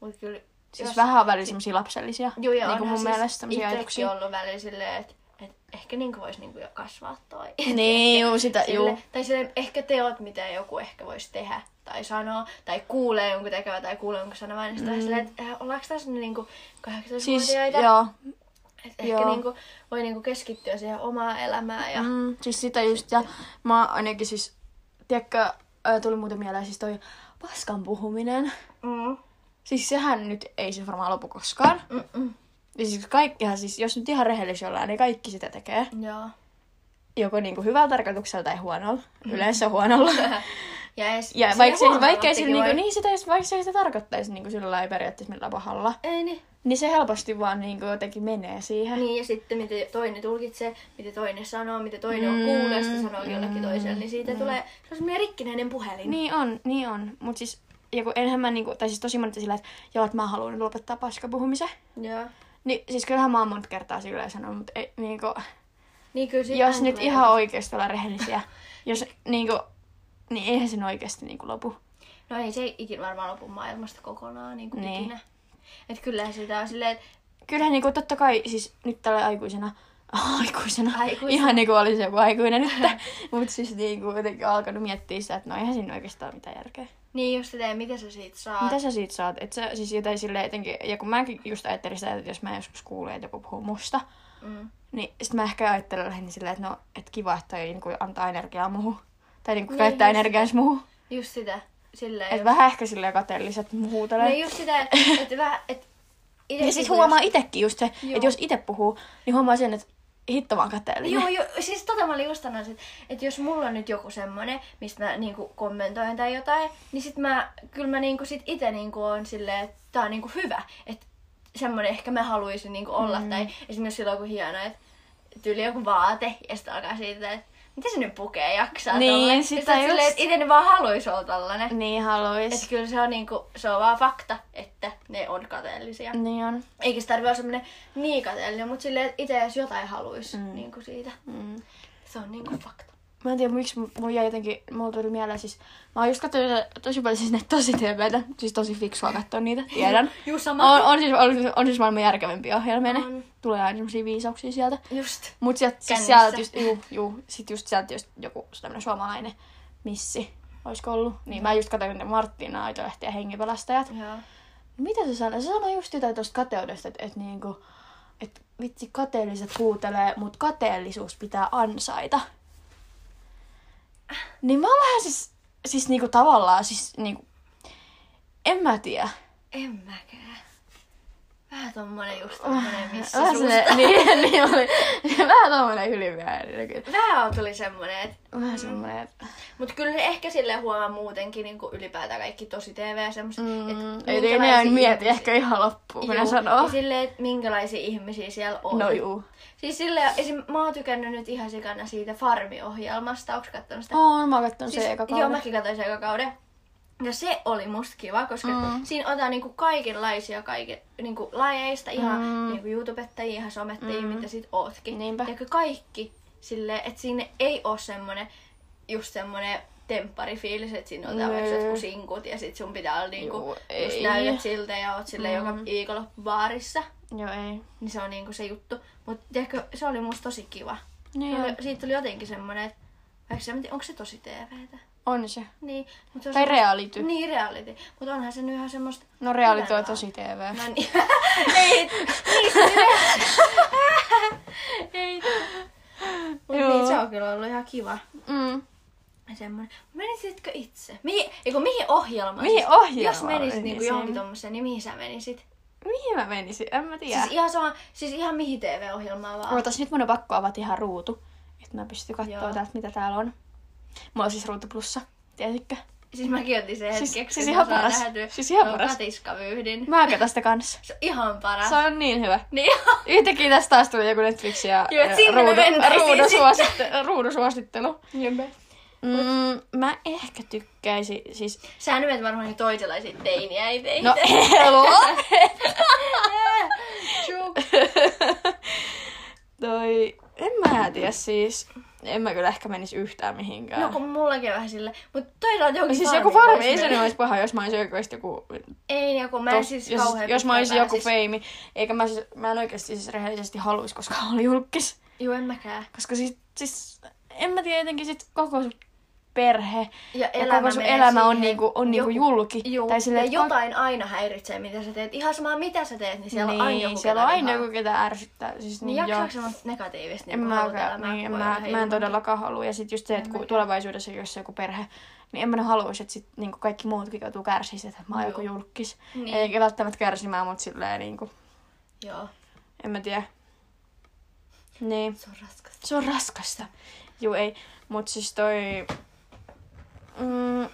[SPEAKER 2] Mut kyllä,
[SPEAKER 1] siis vähän on välillä semmosia lapsellisia,
[SPEAKER 2] Joo, ja
[SPEAKER 1] niinku
[SPEAKER 2] onhan
[SPEAKER 1] mun
[SPEAKER 2] siis
[SPEAKER 1] mielestä semmosia
[SPEAKER 2] itsekin
[SPEAKER 1] ajatuksia.
[SPEAKER 2] ollut välillä silleen, että et ehkä niinku vois niinku jo kasvaa toi.
[SPEAKER 1] Niin, juu, sitä,
[SPEAKER 2] Sille,
[SPEAKER 1] juu.
[SPEAKER 2] tai sille, ehkä teot, mitä joku ehkä voisi tehdä tai sanoa, tai kuulee jonkun tekevä tai kuulee jonkun sanovan, niin sitten mm. silleen, että äh, ollaanko tässä nyt niinku 18-vuotiaita?
[SPEAKER 1] Siis, joo,
[SPEAKER 2] Et ehkä
[SPEAKER 1] Joo.
[SPEAKER 2] niinku voi niinku keskittyä siihen omaan elämään ja... Mm.
[SPEAKER 1] Mm, siis sitä just, ja mä ainakin siis, tiedätkö, ää, tuli muuten mieleen siis toi paskan puhuminen.
[SPEAKER 2] Mm.
[SPEAKER 1] Siis sehän nyt ei se varmaan lopu koskaan.
[SPEAKER 2] Mm-mm.
[SPEAKER 1] Ja siis kaikkihan siis, jos nyt ihan rehellisiä ollaan, niin kaikki sitä tekee.
[SPEAKER 2] Joo.
[SPEAKER 1] Joko niinku hyvällä tarkoituksella tai huonolla. Yleensä huonolla.
[SPEAKER 2] Ja, edes,
[SPEAKER 1] Ja
[SPEAKER 2] sille
[SPEAKER 1] vaikka se,
[SPEAKER 2] huomaamattakin
[SPEAKER 1] vaikka ei se, niinku,
[SPEAKER 2] voi-
[SPEAKER 1] niin sitä, jos- vaikka se ei sitä tarkoittaisi niinku sillä lailla periaatteessa millä pahalla,
[SPEAKER 2] Ei niin.
[SPEAKER 1] niin se helposti vaan niinku jotenkin menee siihen.
[SPEAKER 2] Niin, ja sitten miten toinen tulkitsee, mitä toinen sanoo, mitä toinen mm, on kuullut, ja sitten sanoo jollekin toiselle, niin siitä mm. tulee, se on semmoinen rikkinäinen puhelin.
[SPEAKER 1] Niin on, niin on. Mut siis, ja kun enhän mä niinku, tai siis tosi monet sillä, että joo, että mä haluan nyt lopettaa paskapuhumisen.
[SPEAKER 2] Joo.
[SPEAKER 1] Niin, siis kyllähän mä oon monta kertaa sillä sanonut, mutta ei, niinku,
[SPEAKER 2] Niin kyllä siitä
[SPEAKER 1] jos
[SPEAKER 2] aina
[SPEAKER 1] nyt
[SPEAKER 2] tulee-
[SPEAKER 1] ihan oikeasti olla rehellisiä, jos niinku, niin eihän se nyt oikeasti niinku lopu.
[SPEAKER 2] No ei se ikinä varmaan lopu maailmasta kokonaan, niin kuin
[SPEAKER 1] Niin.
[SPEAKER 2] niin. ikinä. Et kyllähän sitä on silleen, että
[SPEAKER 1] Kyllähän niinku totta kai, siis nyt tällä aikuisena, aikuisena,
[SPEAKER 2] Aikuisena.
[SPEAKER 1] ihan niinku olisi joku aikuinen nyt, mutta siis niinku jotenkin alkanut miettiä sitä, että no eihän siinä oikeastaan ole mitään järkeä.
[SPEAKER 2] niin just sitä, mitä sä siitä saat.
[SPEAKER 1] Mitä sä siitä saat? Et sä, siis jotain silleen jotenkin, ja kun mäkin just ajattelin sitä, että jos mä joskus kuulen, että joku puhuu musta,
[SPEAKER 2] Mm.
[SPEAKER 1] Niin sit mä ehkä ajattelen lähinnä silleen, että no, et kiva, että toi niinku antaa energiaa muuhun. Tai niinku
[SPEAKER 2] Niin,
[SPEAKER 1] käyttää
[SPEAKER 2] just.
[SPEAKER 1] energiansa muuhun.
[SPEAKER 2] Just sitä, silleen.
[SPEAKER 1] Et vähän ehkä silleen kateelliset huutelee.
[SPEAKER 2] No just sitä, että vähän, että
[SPEAKER 1] ja sit huomaa itekin just se, että jos ite puhuu, niin huomaa sen, että hitto vaan kateellinen.
[SPEAKER 2] Joo, joo, siis tota mä olin just sanonut, että, että jos mulla on nyt joku semmonen, mistä mä niinku kommentoin tai jotain, niin sit mä, kyllä mä niinku sit ite niinku on silleen, että tää on niinku hyvä, että semmonen ehkä mä haluaisin niinku olla, mm. tai esimerkiksi silloin kun hieno, että tyyli joku vaate, ja sit alkaa siitä, että miten se nyt pukee jaksaa
[SPEAKER 1] Niin,
[SPEAKER 2] tolleen.
[SPEAKER 1] sitä
[SPEAKER 2] ja sit oot
[SPEAKER 1] just.
[SPEAKER 2] silleen, että ite ne vaan haluais olla tollanen.
[SPEAKER 1] Niin
[SPEAKER 2] Että
[SPEAKER 1] haluis.
[SPEAKER 2] kyllä se on, niinku, se on vaan fakta, että ne on kateellisia.
[SPEAKER 1] Niin on.
[SPEAKER 2] Eikä se tarvitse olla semmoinen niin kateellinen, mutta silleen, että itse jos jotain haluaisi mm. niin siitä.
[SPEAKER 1] Mm.
[SPEAKER 2] Se on niin kuin fakta.
[SPEAKER 1] Mä en tiedä, miksi mu- mulla jäi jotenkin, mulla tuli mieleen siis, mä oon just katsonut jotain- tosi paljon siis näitä tosi TVtä, siis tosi fiksua katsoa niitä, tiedän.
[SPEAKER 2] Juu, sama.
[SPEAKER 1] On, on, siis, on, on siis maailman järkevimpiä ohjelmia ne.
[SPEAKER 2] On.
[SPEAKER 1] Tulee aina semmosia viisauksia sieltä.
[SPEAKER 2] Just.
[SPEAKER 1] Mut sieltä siis
[SPEAKER 2] Kännissä.
[SPEAKER 1] sieltä just, juu, juu, sit just sieltä just joku tämmönen suomalainen missi, oisko ollut.
[SPEAKER 2] Mm.
[SPEAKER 1] Niin mä just katsoin ne Marttina Aitolehti ja hengenpelastajat.
[SPEAKER 2] Joo.
[SPEAKER 1] Mitä se sanoi? Se sanoi just jotain tosta kateudesta, että et niinku, et vitsi kateelliset huutelee, mut kateellisuus pitää ansaita. Niin mä oon vähän siis, siis niinku tavallaan, siis niinku, en mä tiedä.
[SPEAKER 2] En mäkään. Vähän tommonen just tommonen missi
[SPEAKER 1] Oh. Vähän
[SPEAKER 2] suusta.
[SPEAKER 1] semmonen- niin, niin, oli. Vähän tommonen ylimääräinen kyllä.
[SPEAKER 2] Vähän tuli semmonen, että
[SPEAKER 1] Vähän semmonen, että
[SPEAKER 2] Mutta kyllä ne ehkä sille huomaa muutenkin niin kuin ylipäätään kaikki tosi TV ja semmoista.
[SPEAKER 1] Mm, ei ne en mieti ehkä ihan loppuun, kun ne sanoo.
[SPEAKER 2] Silleen, että minkälaisia ihmisiä siellä on.
[SPEAKER 1] No Siis- juu.
[SPEAKER 2] Siis sille, esim, mä oon tykännyt nyt ihan sikana siitä Farmi-ohjelmasta. Onks kattonut sitä?
[SPEAKER 1] Oon, mä oon kattonut siis, sen eka
[SPEAKER 2] Joo,
[SPEAKER 1] kauden.
[SPEAKER 2] mäkin katsoin sen eka kauden. Ja se oli musta kiva, koska
[SPEAKER 1] Mm.
[SPEAKER 2] mm. siinä otetaan niinku kaikenlaisia kaiken, niinku lajeista, ihan mm. niinku YouTubettajia, ihan somettajia, mm. mitä sit ootkin.
[SPEAKER 1] Niinpä.
[SPEAKER 2] Ja kaikki sille, että siinä ei oo semmonen, just semmonen tempparifiilis, että siinä otetaan
[SPEAKER 1] Nee.
[SPEAKER 2] vaikka jotkut sinkut ja sit sun pitää olla niinku,
[SPEAKER 1] Juu,
[SPEAKER 2] just
[SPEAKER 1] ei.
[SPEAKER 2] näytät siltä ja oot sille mm. joka viikonloppu baarissa.
[SPEAKER 1] Joo, ei.
[SPEAKER 2] Niin se on niinku se juttu. Mut tiedätkö, se oli musta tosi kiva.
[SPEAKER 1] Niin
[SPEAKER 2] Se oli-
[SPEAKER 1] on.
[SPEAKER 2] Siitä tuli jotenkin semmonen, että vaikka se, onko se tosi TVtä?
[SPEAKER 1] On se.
[SPEAKER 2] Niin, mutta se on
[SPEAKER 1] Tai
[SPEAKER 2] semmoista-
[SPEAKER 1] reality.
[SPEAKER 2] Niin, reality. Mutta onhan se nyt ihan semmoista...
[SPEAKER 1] No reality on
[SPEAKER 2] elämää.
[SPEAKER 1] tosi TV.
[SPEAKER 2] No niin. ei, niin se ei. Mut
[SPEAKER 1] Joo.
[SPEAKER 2] niin, se on kyllä ollut ihan kiva.
[SPEAKER 1] Mm.
[SPEAKER 2] Semmoinen. Menisitkö itse? Mihin, eiku, mihin ohjelmaan?
[SPEAKER 1] Mihin
[SPEAKER 2] siis?
[SPEAKER 1] ohjelmaan
[SPEAKER 2] Jos menisit niinku
[SPEAKER 1] menisin?
[SPEAKER 2] johonkin tommoseen, niin mihin sä menisit?
[SPEAKER 1] Mihin mä menisin? En mä tiedä.
[SPEAKER 2] Siis ihan sama, siis ihan mihin TV-ohjelmaan vaan.
[SPEAKER 1] Ootas, nyt mun on pakko avata ihan ruutu. Että mä pystyn katsoa
[SPEAKER 2] Joo.
[SPEAKER 1] täältä, mitä täällä on. Mulla on siis ruutu plussa. Tiesitkö?
[SPEAKER 2] Siis mäkin otin sen
[SPEAKER 1] Siis-
[SPEAKER 2] hetkeksi,
[SPEAKER 1] siis
[SPEAKER 2] kun
[SPEAKER 1] ihan
[SPEAKER 2] mä saan
[SPEAKER 1] paras.
[SPEAKER 2] nähtyä
[SPEAKER 1] Siis ihan
[SPEAKER 2] tuon
[SPEAKER 1] paras.
[SPEAKER 2] Katiskavyyhdin.
[SPEAKER 1] Mä katson sitä kanssa.
[SPEAKER 2] Se on ihan paras.
[SPEAKER 1] Se on niin hyvä.
[SPEAKER 2] Niin
[SPEAKER 1] Yhtäkkiä tästä taas tuli joku Netflix ja,
[SPEAKER 2] Joo, et sinne me mentäisiin
[SPEAKER 1] ruudun,
[SPEAKER 2] sitten.
[SPEAKER 1] suositte, ruudun suosittelu.
[SPEAKER 2] Niinpä.
[SPEAKER 1] Mm, mä ehkä tykkäisin, siis...
[SPEAKER 2] Sä nyt varmaan jo toisenlaisia teiniäiteitä.
[SPEAKER 1] No, hello!
[SPEAKER 2] True.
[SPEAKER 1] Toi, en mä tiedä siis. En mä kyllä ehkä menisi yhtään mihinkään.
[SPEAKER 2] No kun mullakin on vähän sille. Mut toisaalta jokin
[SPEAKER 1] siis joku
[SPEAKER 2] farmi
[SPEAKER 1] farmi, ei
[SPEAKER 2] olisi
[SPEAKER 1] se nyt
[SPEAKER 2] mennyt.
[SPEAKER 1] olisi paha, jos mä olisin oikeasti joku...
[SPEAKER 2] Ei niin, kun mä en
[SPEAKER 1] tos-
[SPEAKER 2] siis
[SPEAKER 1] jos,
[SPEAKER 2] kauhean
[SPEAKER 1] jos mä olisin
[SPEAKER 2] pitkään
[SPEAKER 1] joku
[SPEAKER 2] pääsisi.
[SPEAKER 1] feimi. Eikä mä, siis, mä en oikeasti siis rehellisesti haluaisi, koska oli julkis.
[SPEAKER 2] Juu, en mäkään.
[SPEAKER 1] Koska siis, siis en mä tiedä, jotenkin sit koko sun perhe
[SPEAKER 2] Ja,
[SPEAKER 1] ja
[SPEAKER 2] elämä
[SPEAKER 1] koko sun
[SPEAKER 2] menee
[SPEAKER 1] elämä on
[SPEAKER 2] siihen.
[SPEAKER 1] niinku, on niinku
[SPEAKER 2] Joku-
[SPEAKER 1] julki.
[SPEAKER 2] Juu,
[SPEAKER 1] tai silleen,
[SPEAKER 2] ja
[SPEAKER 1] että koko-
[SPEAKER 2] jotain aina häiritsee, mitä sä teet. Ihan sama mitä sä teet, niin siellä
[SPEAKER 1] niin,
[SPEAKER 2] on aina joku
[SPEAKER 1] siellä on
[SPEAKER 2] ketä
[SPEAKER 1] aina
[SPEAKER 2] vihaa.
[SPEAKER 1] joku, ketä ärsyttää. Siis
[SPEAKER 2] Niin
[SPEAKER 1] niin, joo.
[SPEAKER 2] jaksaako semmoista negatiivista
[SPEAKER 1] En
[SPEAKER 2] niin
[SPEAKER 1] mä, niin, en mä, mä en todellakaan halua. Ja sit just se,
[SPEAKER 2] Mm-hmm.
[SPEAKER 1] että kun tulevaisuudessa jos joku perhe, niin en mä nyt haluaisi, että sit niinku kaikki muutkin joutuu kärsiä siitä, että mä oon joku julkis.
[SPEAKER 2] Niin.
[SPEAKER 1] Eikä välttämättä kärsimään, mutta silleen niinku,
[SPEAKER 2] Joo,
[SPEAKER 1] en mä tiedä. Niin.
[SPEAKER 2] se on raskasta.
[SPEAKER 1] Se on raskasta. Juu, ei. Mut siis toi... Mm,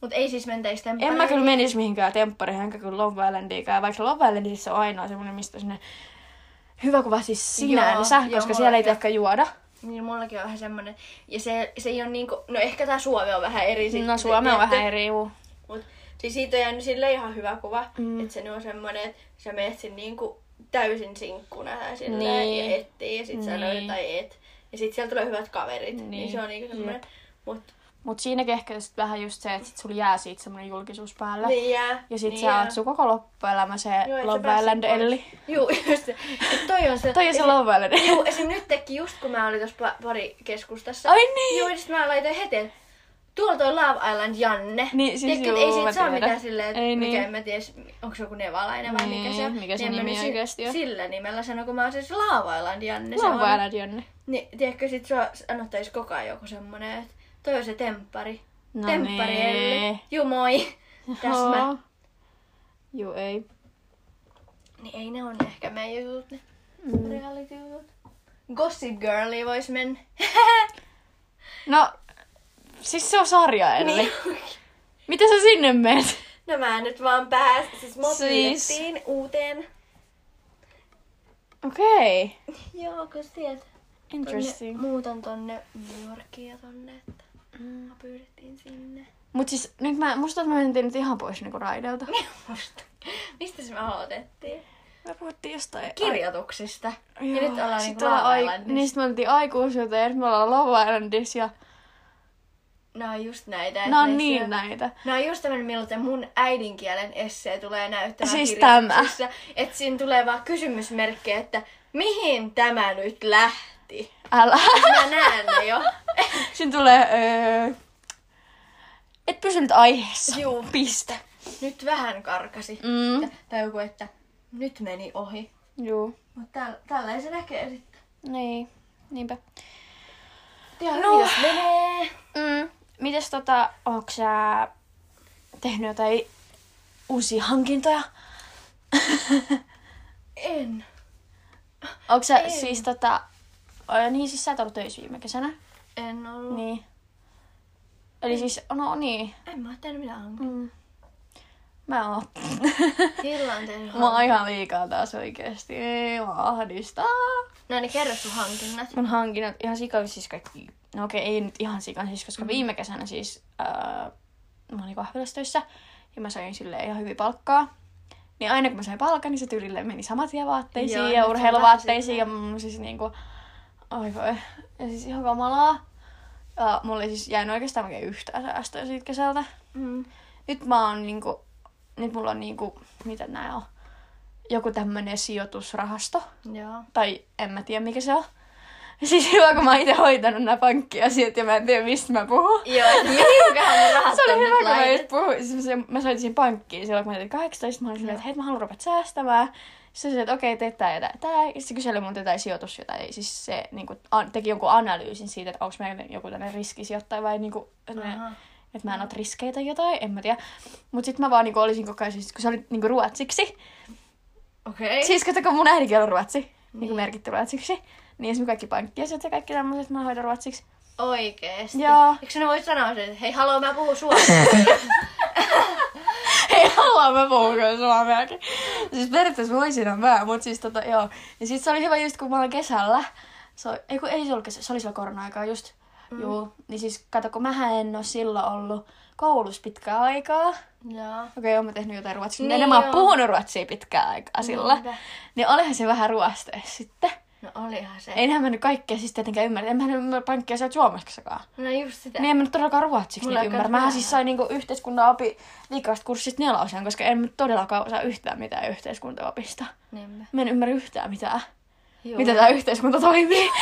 [SPEAKER 2] Mut ei siis mentäis
[SPEAKER 1] en
[SPEAKER 2] temppareihin.
[SPEAKER 1] mä kyllä menisi mihinkään temppariin, enkä kyllä Love Islandiinkään. Vaikka Love Islandissä on ainoa semmoinen, mistä sinne hyvä kuva siis sinänsä,
[SPEAKER 2] Joo, joo,
[SPEAKER 1] koska siellä ei
[SPEAKER 2] mullakin.
[SPEAKER 1] ehkä juoda.
[SPEAKER 2] Niin mullakin on vähän semmonen. Ja se, se ei ole niinku... No ehkä tää Suomi on vähän eri. sit-
[SPEAKER 1] No Suomi on
[SPEAKER 2] tiedätte.
[SPEAKER 1] vähän eri, juu.
[SPEAKER 2] Mut siis siitä on jäänyt sille ihan hyvä kuva, mm. että se nyt on semmonen, että sä menet sinne niinku täysin sinkkuna tai silleen
[SPEAKER 1] Niin.
[SPEAKER 2] niin. ja etsii ja sit sä
[SPEAKER 1] Niin.
[SPEAKER 2] löydät tai et. Ja sit siellä tulee hyvät kaverit, niin,
[SPEAKER 1] Niin.
[SPEAKER 2] niin se on niinku semmonen. Mut
[SPEAKER 1] Mut siinäkin ehkä just vähän just se, että sit sulla jää siitä semmoinen julkisuus päälle.
[SPEAKER 2] niin jää.
[SPEAKER 1] Ja sit
[SPEAKER 2] niin
[SPEAKER 1] sä oot sun koko loppuelämä se
[SPEAKER 2] Joo, et sä
[SPEAKER 1] Love
[SPEAKER 2] pääset
[SPEAKER 1] Island
[SPEAKER 2] pois.
[SPEAKER 1] Elli.
[SPEAKER 2] Juu, just se. Et toi on se.
[SPEAKER 1] Toi on se Love Island Elli.
[SPEAKER 2] Juu, esim. nyt teki just kun mä olin tuossa pa- pari keskustassa.
[SPEAKER 1] Ai niin!
[SPEAKER 2] Juu, sit mä laitoin heti, et Tuolla toi Love Island Janne.
[SPEAKER 1] Niin, siis
[SPEAKER 2] Tiedätkö, et
[SPEAKER 1] juu,
[SPEAKER 2] ei siitä
[SPEAKER 1] mä
[SPEAKER 2] saa
[SPEAKER 1] tiedän.
[SPEAKER 2] mitään silleen, että
[SPEAKER 1] Ei
[SPEAKER 2] mikä
[SPEAKER 1] niin.
[SPEAKER 2] en mä tiedä, onko se joku nevalainen vai mikä
[SPEAKER 1] Niin,
[SPEAKER 2] se on.
[SPEAKER 1] mikä se
[SPEAKER 2] Niin en mä
[SPEAKER 1] nimi
[SPEAKER 2] nyt si-
[SPEAKER 1] oikeesti on?
[SPEAKER 2] Sillä nimellä sanon, kun mä oon siis Love Island Janne. se
[SPEAKER 1] Love
[SPEAKER 2] on.
[SPEAKER 1] Island Jonne.
[SPEAKER 2] Niin, tiedätkö, sit sua sanottais koko ajan joku semmonen, että toi on se temppari.
[SPEAKER 1] No
[SPEAKER 2] temppari,
[SPEAKER 1] niin.
[SPEAKER 2] Elli. Juu, moi. Tässä mä.
[SPEAKER 1] Joo. Juu, ei.
[SPEAKER 2] Niin ei ne on ehkä meidän jutut, ne mm. reality-jutut. Gossip Girli vois mennä.
[SPEAKER 1] No, siis se on sarja Elli.
[SPEAKER 2] Niin.
[SPEAKER 1] Mitä sä sinne menet?
[SPEAKER 2] No mä en nyt vaan pääs. Siis mut
[SPEAKER 1] Siis-
[SPEAKER 2] siis... uuteen.
[SPEAKER 1] Okei. Okay.
[SPEAKER 2] Joo, kun sä tiedät. Tonne,
[SPEAKER 1] Interesting.
[SPEAKER 2] muutan tonne New Yorkiin ja tonne, että mä pyydettiin sinne.
[SPEAKER 1] Mut siis nyt mä, musta tuntuu, että mä mentiin nyt ihan pois niinku raidelta.
[SPEAKER 2] Musta. Mistä se me aloitettiin?
[SPEAKER 1] Me puhuttiin jostain...
[SPEAKER 2] Kirjoituksista.
[SPEAKER 1] Ai-
[SPEAKER 2] Ja nyt
[SPEAKER 1] Joo.
[SPEAKER 2] ollaan
[SPEAKER 1] Sit
[SPEAKER 2] niinku Love
[SPEAKER 1] ai-
[SPEAKER 2] Islandissa.
[SPEAKER 1] Niin sit me oltiin aikuisuuteen ja nyt me ollaan Love Islandissa ja...
[SPEAKER 2] Nää on just näitä. et
[SPEAKER 1] Nää on
[SPEAKER 2] näissä-
[SPEAKER 1] niin näitä.
[SPEAKER 2] Nää on just tämmönen, milloin se mun äidinkielen essee tulee näyttämään
[SPEAKER 1] Siis
[SPEAKER 2] kirjoituksissa. Että siinä tulee vaan kysymysmerkkejä, että mihin tämä nyt lähti?
[SPEAKER 1] Älä.
[SPEAKER 2] Mä näen ne jo.
[SPEAKER 1] Siinä tulee... Öö... Et pysynyt aiheessa.
[SPEAKER 2] Juu.
[SPEAKER 1] Piste.
[SPEAKER 2] Nyt vähän karkasi.
[SPEAKER 1] Mm.
[SPEAKER 2] Että- Tai joku, että nyt meni ohi.
[SPEAKER 1] Juu.
[SPEAKER 2] Mutta täl, tällä se näkee sitten.
[SPEAKER 1] Niin. Niinpä.
[SPEAKER 2] Ihan
[SPEAKER 1] No.
[SPEAKER 2] no. jos menee.
[SPEAKER 1] Mm. Mites tota, onko sä tehnyt jotain uusia hankintoja?
[SPEAKER 2] En.
[SPEAKER 1] Onko sä
[SPEAKER 2] En.
[SPEAKER 1] siis tota... Oi, Niin siis sä et ollut töissä viime kesänä.
[SPEAKER 2] En ollut. Niin.
[SPEAKER 1] Niin. Eli siis, no niin.
[SPEAKER 2] En mä oo tehnyt mitään hankaa.
[SPEAKER 1] Mm. Mä oon.
[SPEAKER 2] Sillä on tehnyt
[SPEAKER 1] mä
[SPEAKER 2] hankaa.
[SPEAKER 1] oon ihan liikaa taas oikeesti. Ei, Mä ahdistaa.
[SPEAKER 2] No niin, kerro sun hankinnat.
[SPEAKER 1] Mun
[SPEAKER 2] Mm.
[SPEAKER 1] hankinnat ihan sikan siis kaikki. No okei, ei nyt ihan sikan siis, koska viime kesänä siis... Ää, mä olin kahvilassa töissä ja mä sain sille ihan hyvin palkkaa. Niin aina kun mä sain palkan, niin se tyylille meni samat siihen vaatteisiin
[SPEAKER 2] Joo,
[SPEAKER 1] Joo,
[SPEAKER 2] nyt
[SPEAKER 1] ja
[SPEAKER 2] se on
[SPEAKER 1] urheiluvaatteisiin. Ja mun siis niinku, oi voi, ja siis ihan kamalaa. Ja mulla ei siis jäänyt oikeastaan oikein yhtään säästöä siitä kesältä.
[SPEAKER 2] Mm.
[SPEAKER 1] Nyt mä oon niinku, nyt mulla on niinku, mitä nää on, joku tämmönen sijoitusrahasto.
[SPEAKER 2] Joo.
[SPEAKER 1] Tai en mä tiedä mikä se on. Siis hyvä, kun mä oon itse hoitanut nämä pankkiasiat ja mä en tiedä mistä mä puhun.
[SPEAKER 2] Joo, et mihinkähän mun rahat
[SPEAKER 1] Niin. Se
[SPEAKER 2] on
[SPEAKER 1] oli
[SPEAKER 2] nyt
[SPEAKER 1] hyvä, kun mä
[SPEAKER 2] laitettu.
[SPEAKER 1] just puhuin. Siis se- mä soitin siihen pankkiin silloin, kun mä olin 18. Mä olin silleen, että hei, mä haluan ruveta säästämään. Sitten se, että okei, okay, teet tää ja tää, tää. Ja sitten kyseli mun tätä sijoitus jotain. Ei, Siis se niin kuin, an, teki jonkun analyysin siitä, että onko meillä joku tämmöinen riskisijoittaja vai niin kuin,
[SPEAKER 2] Aha.
[SPEAKER 1] että mä en ota riskejä tai jotain, en mä tiedä. Mut sit mä vaan niinku olisin koko ajan, siis, kun se oli niinku ruotsiksi.
[SPEAKER 2] Okei.
[SPEAKER 1] Siis kato, kun mun äidinkieli on ruotsi, niin. niinku merkitty ruotsiksi. Niin esimerkiksi kaikki pankkiasiat ja kaikki tämmöiset mä hoidan ruotsiksi.
[SPEAKER 2] Oikeesti.
[SPEAKER 1] Joo.
[SPEAKER 2] Eikö ne voi sanoa sen, että hei, haloo, mä puhun suomea?
[SPEAKER 1] Ei halua, mä puhun kyllä samaa mieltä. Siis periaatteessa voisin on mä, mutta siis tota, joo. Ja sit se oli hyvä just, kun mä olin kesällä. Se oli, ei kun ei se ollut kesä, se oli silloin korona-aikaa just. Mm. Joo. Niin siis kato, kun mähän en oo silloin ollut koulussa pitkää aikaa. Okei,
[SPEAKER 2] Joo.
[SPEAKER 1] okay, oon mä tehnyt jotain ruotsia. Niin,
[SPEAKER 2] Niin
[SPEAKER 1] en mä oon
[SPEAKER 2] joo.
[SPEAKER 1] puhunut ruotsia pitkää aikaa sillä.
[SPEAKER 2] Niinpä.
[SPEAKER 1] Niin olihan se vähän ruoste sitten.
[SPEAKER 2] No olihan se.
[SPEAKER 1] Ei mä nyt kaikkea siis tietenkään ymmärrä. En mä ymmärrä pankkia sieltä suomeksikaan.
[SPEAKER 2] No just sitä.
[SPEAKER 1] Niin en mä nyt todellakaan ruotsiksi
[SPEAKER 2] Mulla
[SPEAKER 1] niin
[SPEAKER 2] ei
[SPEAKER 1] ymmärrä.
[SPEAKER 2] kannata
[SPEAKER 1] Mähän siis sain niinku yhteiskunnan opi viikasta kurssista nelosen, koska en mä todellakaan osaa yhtään mitään yhteiskuntaopista.
[SPEAKER 2] Niinpä.
[SPEAKER 1] Mä en ymmärrä yhtään
[SPEAKER 2] Joo.
[SPEAKER 1] mitään. Joo. Miten tämä yhteiskunta toimii?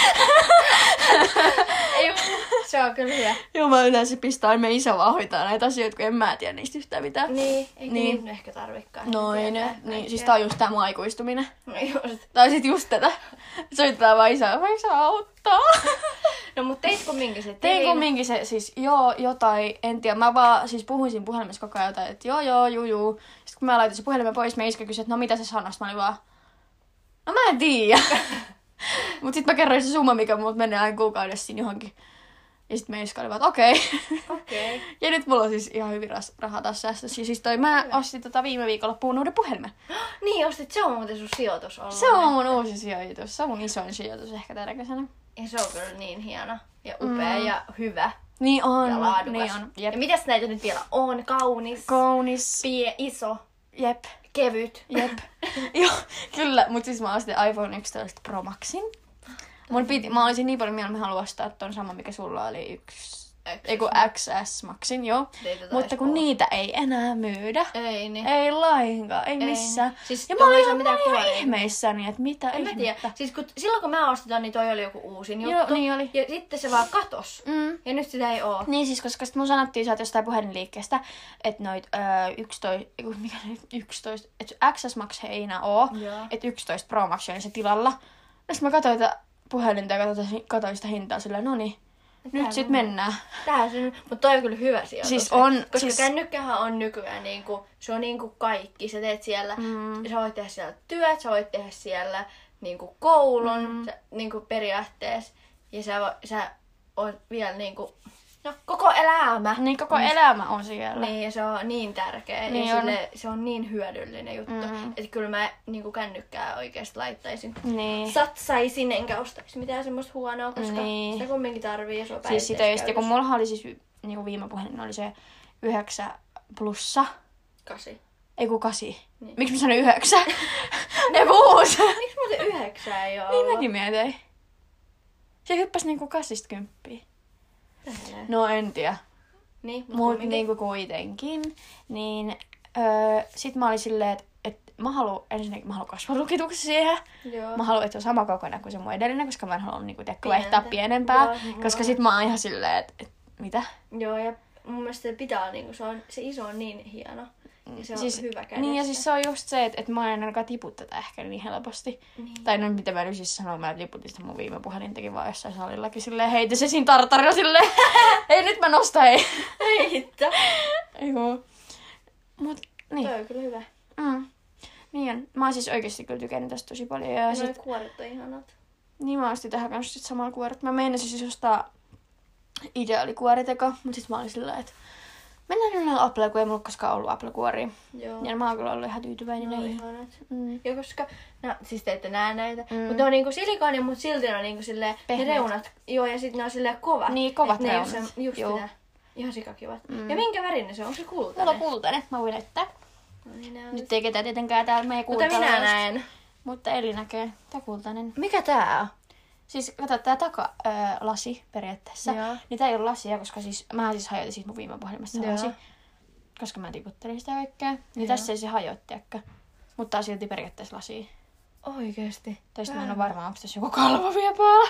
[SPEAKER 2] Ei, se on kyllä hyvä.
[SPEAKER 1] Joo, mä yleensä pistän aina meidän isä vaan hoitaa näitä asioita, kun en mä tiedä niistä yhtään mitään.
[SPEAKER 2] Niin, eikä
[SPEAKER 1] Niin.
[SPEAKER 2] niin. ehkä tarvikaan.
[SPEAKER 1] Noin,
[SPEAKER 2] tietää
[SPEAKER 1] niin, siis
[SPEAKER 2] kaikkea.
[SPEAKER 1] tää on just tää mun aikuistuminen.
[SPEAKER 2] No just.
[SPEAKER 1] Tai sit just tätä. Soitetaan vaan isää, voi isä auttaa.
[SPEAKER 2] No mut teit kumminkin se
[SPEAKER 1] Tein kumminkin se siis joo, jotain, en tiedä. Mä vaan siis puhuin siinä puhelimessa koko ajan jotain, että joo, joo, juu, juu. Sitten kun mä laitoin se puhelimen pois, mä iskä kysyi, että no mitä se sanoi. Sitten mä olin vaan, no mä en tiedä. Mut sit mä kerroin se summa, mikä mut menee aina kuukaudessa siinä johonkin. Ja sit mä iskä oli vaan, että okei.
[SPEAKER 2] Okei. Okay.
[SPEAKER 1] ja nyt mulla on siis ihan hyvin ras- rahaa taas säästössä. Ja Siis toi, mä ostin tota viime viikolla puun uuden puhelimen.
[SPEAKER 2] Niin ostit, se on muuten sun sijoitus ollut.
[SPEAKER 1] Se on mun uusi sijoitus. Se on mun isoin sijoitus ehkä tänä kesänä.
[SPEAKER 2] Ja se on kyllä niin hieno ja upea mm. ja hyvä
[SPEAKER 1] Niin on.
[SPEAKER 2] ja laadukas.
[SPEAKER 1] Niin on. Jep.
[SPEAKER 2] Ja mitäs näitä nyt vielä on? Kaunis,
[SPEAKER 1] Kaunis.
[SPEAKER 2] pie, iso,
[SPEAKER 1] Jep.
[SPEAKER 2] kevyt.
[SPEAKER 1] Jep. Joo, kyllä. Mutta siis mä ostin iPhone 11 Pro Maxin. Mun piti, mä olisin niin paljon mieluummin haluaa ostaa ton sama, mikä sulla oli yksi... Ei kun XS Maxin, joo.
[SPEAKER 2] Ei tota
[SPEAKER 1] Mutta kun
[SPEAKER 2] edes
[SPEAKER 1] niitä ei enää myydä.
[SPEAKER 2] Ei niin.
[SPEAKER 1] Ei lainkaan, ei missään.
[SPEAKER 2] Siis
[SPEAKER 1] ja mä
[SPEAKER 2] tuolla ei saa
[SPEAKER 1] olin ihan, mä
[SPEAKER 2] mitään
[SPEAKER 1] olin ihan
[SPEAKER 2] kuoria.
[SPEAKER 1] ihmeissäni, että mitä
[SPEAKER 2] En mä tiedä.
[SPEAKER 1] ihmettä.
[SPEAKER 2] Siis kun, silloin kun mä ostin ton, niin toi oli joku uusin
[SPEAKER 1] Joo,
[SPEAKER 2] juttu.
[SPEAKER 1] niin oli.
[SPEAKER 2] Ja sitten se vaan katos.
[SPEAKER 1] Mm.
[SPEAKER 2] Ja nyt sitä ei oo.
[SPEAKER 1] Niin siis, koska sit mun sanottiin sieltä jostain puhelinliikkeestä, että noit öö, 11, ei kun mikä se nyt 11, että XS Max ei enää oo,
[SPEAKER 2] Joo.
[SPEAKER 1] että 11 Pro Max oli se tilalla. Ja sit mä katsoin tätä puhelinta ja katsoin, katsoin sitä hintaa silleen, no niin, nyt sit mennään.
[SPEAKER 2] Tähän se, mutta toi on kyllä hyvä sijoitus.
[SPEAKER 1] Siis on,
[SPEAKER 2] Koska
[SPEAKER 1] siis-
[SPEAKER 2] kännykkähän on nykyään niinku, se on niinku kaikki. Sä teet siellä, mm. sä voit tehdä siellä työt, sä voit tehdä siellä niinku koulun mm. sä, niinku periaatteessa. Ja sä, vo- sä on vielä niinku, no koko elämä.
[SPEAKER 1] Niin koko elämä on siellä.
[SPEAKER 2] Mm. Niin, ja se on niin tärkeä
[SPEAKER 1] Niin
[SPEAKER 2] ja
[SPEAKER 1] on.
[SPEAKER 2] sille, se on niin hyödyllinen juttu, mm. että kyllä mä niinku kännykkää oikeasti laittaisin.
[SPEAKER 1] Niin.
[SPEAKER 2] Satsaisin enkä ostaisi mitään semmoista huonoa, koska
[SPEAKER 1] Niin.
[SPEAKER 2] niin. sitä kumminkin tarvii ja se on
[SPEAKER 1] Siis sitä just, ja kun
[SPEAKER 2] päivittäiskäytössä.
[SPEAKER 1] mullahan oli siis niin kuin viime puhelin oli se 9 plussa,
[SPEAKER 2] Kasi.
[SPEAKER 1] ei kun 8.
[SPEAKER 2] Niin.
[SPEAKER 1] Miksi mä sanoin 9? ne kuusi!
[SPEAKER 2] Miksi muuten yhdeksää ei ole
[SPEAKER 1] niin mäkin mietin. Se hyppäsi niinku kasista kymppiin.
[SPEAKER 2] mäkin.
[SPEAKER 1] No en tiedä.
[SPEAKER 2] Niin, mut
[SPEAKER 1] Mut
[SPEAKER 2] kumminkin.
[SPEAKER 1] niinku kuitenkin. Niin öö, sit mä olin silleen, että et mä haluan ensinnäkin mä haluan kasvalukituksen siihen.
[SPEAKER 2] Joo.
[SPEAKER 1] Mä haluan, että se on sama kokoinen kuin se mun edellinen, koska mä en halua niinku tiedä, vaihtaa
[SPEAKER 2] Pientä.
[SPEAKER 1] pienempää.
[SPEAKER 2] Joo, mulla
[SPEAKER 1] koska
[SPEAKER 2] on.
[SPEAKER 1] sit mä oon ihan silleen, että et, mitä?
[SPEAKER 2] Joo, ja mun mielestä se pitää olla niinku, se, on, se iso on niin hieno. Ja se on
[SPEAKER 1] siis,
[SPEAKER 2] hyvä kädessä.
[SPEAKER 1] Niin ja siis se on just se, että et mä en ainakaan tipu tätä ehkä niin helposti.
[SPEAKER 2] Niin.
[SPEAKER 1] Tai no mitä mä nyt siis sanoin, mä tiputin sitä mun viime puhelintakin vaan jossain salillakin silleen, heitä se siinä tartarilla silleen, ei nyt mä nosta, hei.
[SPEAKER 2] Ei hitto.
[SPEAKER 1] Joo. Mut niin.
[SPEAKER 2] Toi on kyllä hyvä.
[SPEAKER 1] Mm. Niin on. Mä oon siis oikeesti kyllä tykännyt tästä tosi paljon. Ja
[SPEAKER 2] Noin
[SPEAKER 1] sit,
[SPEAKER 2] kuoret on ihanat.
[SPEAKER 1] niin mä ostin tähän kanssa sit samalla kuoret. Mä meinasin siis ostaa ideaalikuoriteko, mut sit mä olin sillä että mennään nyt näillä Apple, kun ei mulla koskaan ollut Apple-kuoria.
[SPEAKER 2] Joo.
[SPEAKER 1] Ja mä oon kyllä ollut ihan tyytyväinen
[SPEAKER 2] Ne on
[SPEAKER 1] näihin.
[SPEAKER 2] ihanat.
[SPEAKER 1] Mm.
[SPEAKER 2] Ja koska, no siis te ette näe näitä, mm. mutta ne on niinku silikooni, mutta silti ne on niinku silleen,
[SPEAKER 1] Pehmeät.
[SPEAKER 2] ne reunat, joo, ja sitten ne on silleen kovat.
[SPEAKER 1] Niin, kovat
[SPEAKER 2] Et ne ei oo
[SPEAKER 1] reunat.
[SPEAKER 2] se- Just
[SPEAKER 1] Joo.
[SPEAKER 2] sitä. Ihan sikakivat. Mm. Ja minkä värinen se on? Onko se
[SPEAKER 1] Mulla on
[SPEAKER 2] kultainen?
[SPEAKER 1] kultainen, mä voin näyttää.
[SPEAKER 2] No niin, nää on-
[SPEAKER 1] Nyt ei ketään tietenkään täällä meidän
[SPEAKER 2] Mutta
[SPEAKER 1] kuultavaa.
[SPEAKER 2] minä näen.
[SPEAKER 1] Mutta Eli näkee. Tää kultainen.
[SPEAKER 2] Mikä tää on?
[SPEAKER 1] Siis kato, tää takalasi periaatteessa.
[SPEAKER 2] Joo.
[SPEAKER 1] Niin tää ei ole lasia, koska siis, mä siis hajotin siitä mun viime puhelimesta se
[SPEAKER 2] Joo.
[SPEAKER 1] lasi. Koska mä tiputtelin sitä kaikkea. Niin tässä ei se hajoittiakka. Mutta tää on silti periaatteessa lasi.
[SPEAKER 2] Oikeesti.
[SPEAKER 1] Tästä mä en ole varma, onko tässä joku kalvo vielä päällä.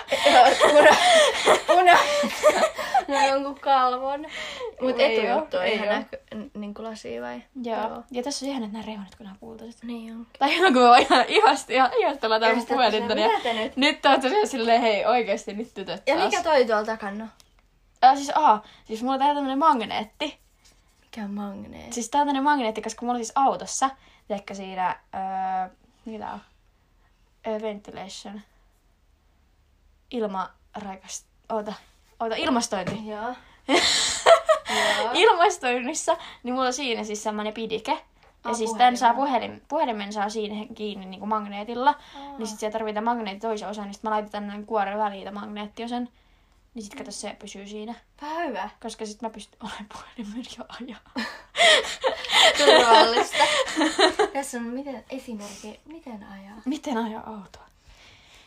[SPEAKER 2] Una. Una. no jonkun kalvon. Mut
[SPEAKER 1] Ei
[SPEAKER 2] etujohto
[SPEAKER 1] oo,
[SPEAKER 2] on
[SPEAKER 1] ei
[SPEAKER 2] ihan
[SPEAKER 1] oo.
[SPEAKER 2] näkö, n- niinku lasia vai?
[SPEAKER 1] Joo. Ja tässä on ihana, että nää reunat, kun nää on kultaiset.
[SPEAKER 2] Niin on.
[SPEAKER 1] Tai ihan kun me ihan ihasti, ihan ihastellaan tämän mun
[SPEAKER 2] Ihastellaan
[SPEAKER 1] puhelinta.
[SPEAKER 2] sitä.
[SPEAKER 1] Niin
[SPEAKER 2] Mitä te nyt?
[SPEAKER 1] nyt tää on tosiaan silleen, hei oikeesti nyt tytöt
[SPEAKER 2] Ja
[SPEAKER 1] taas.
[SPEAKER 2] mikä toi tuolla takana? on?
[SPEAKER 1] Äh, siis, aha, siis mulla on täällä tämmönen magneetti.
[SPEAKER 2] Mikä on magneetti?
[SPEAKER 1] Siis tää on tämmönen magneetti, koska mulla on siis autossa, teikö siinä, öö, mikä tää on? Öö, ventilation. Ilma, raikas, oota, oota, ilmastointi.
[SPEAKER 2] Joo.
[SPEAKER 1] Ilmastoinnissa, niin mulla on siinä siis semmonen pidike. Ja
[SPEAKER 2] Ah,
[SPEAKER 1] siis tämän
[SPEAKER 2] puhelin.
[SPEAKER 1] saa puhelim, puhelimen saa siihen kiinni niinku magneetilla. Niin sit siellä tarvitaan magneetti toisen osan, niin sit mä laitan tänne kuoren väliin tän magneettiosan. Niin sit kato se pysyy siinä.
[SPEAKER 2] Vähän hyvä.
[SPEAKER 1] Koska sit mä pystyn olemaan puhelimen ja ajaa.
[SPEAKER 2] Turvallista. Tässä on miten, esimerkki, miten ajaa.
[SPEAKER 1] Miten ajaa autoa?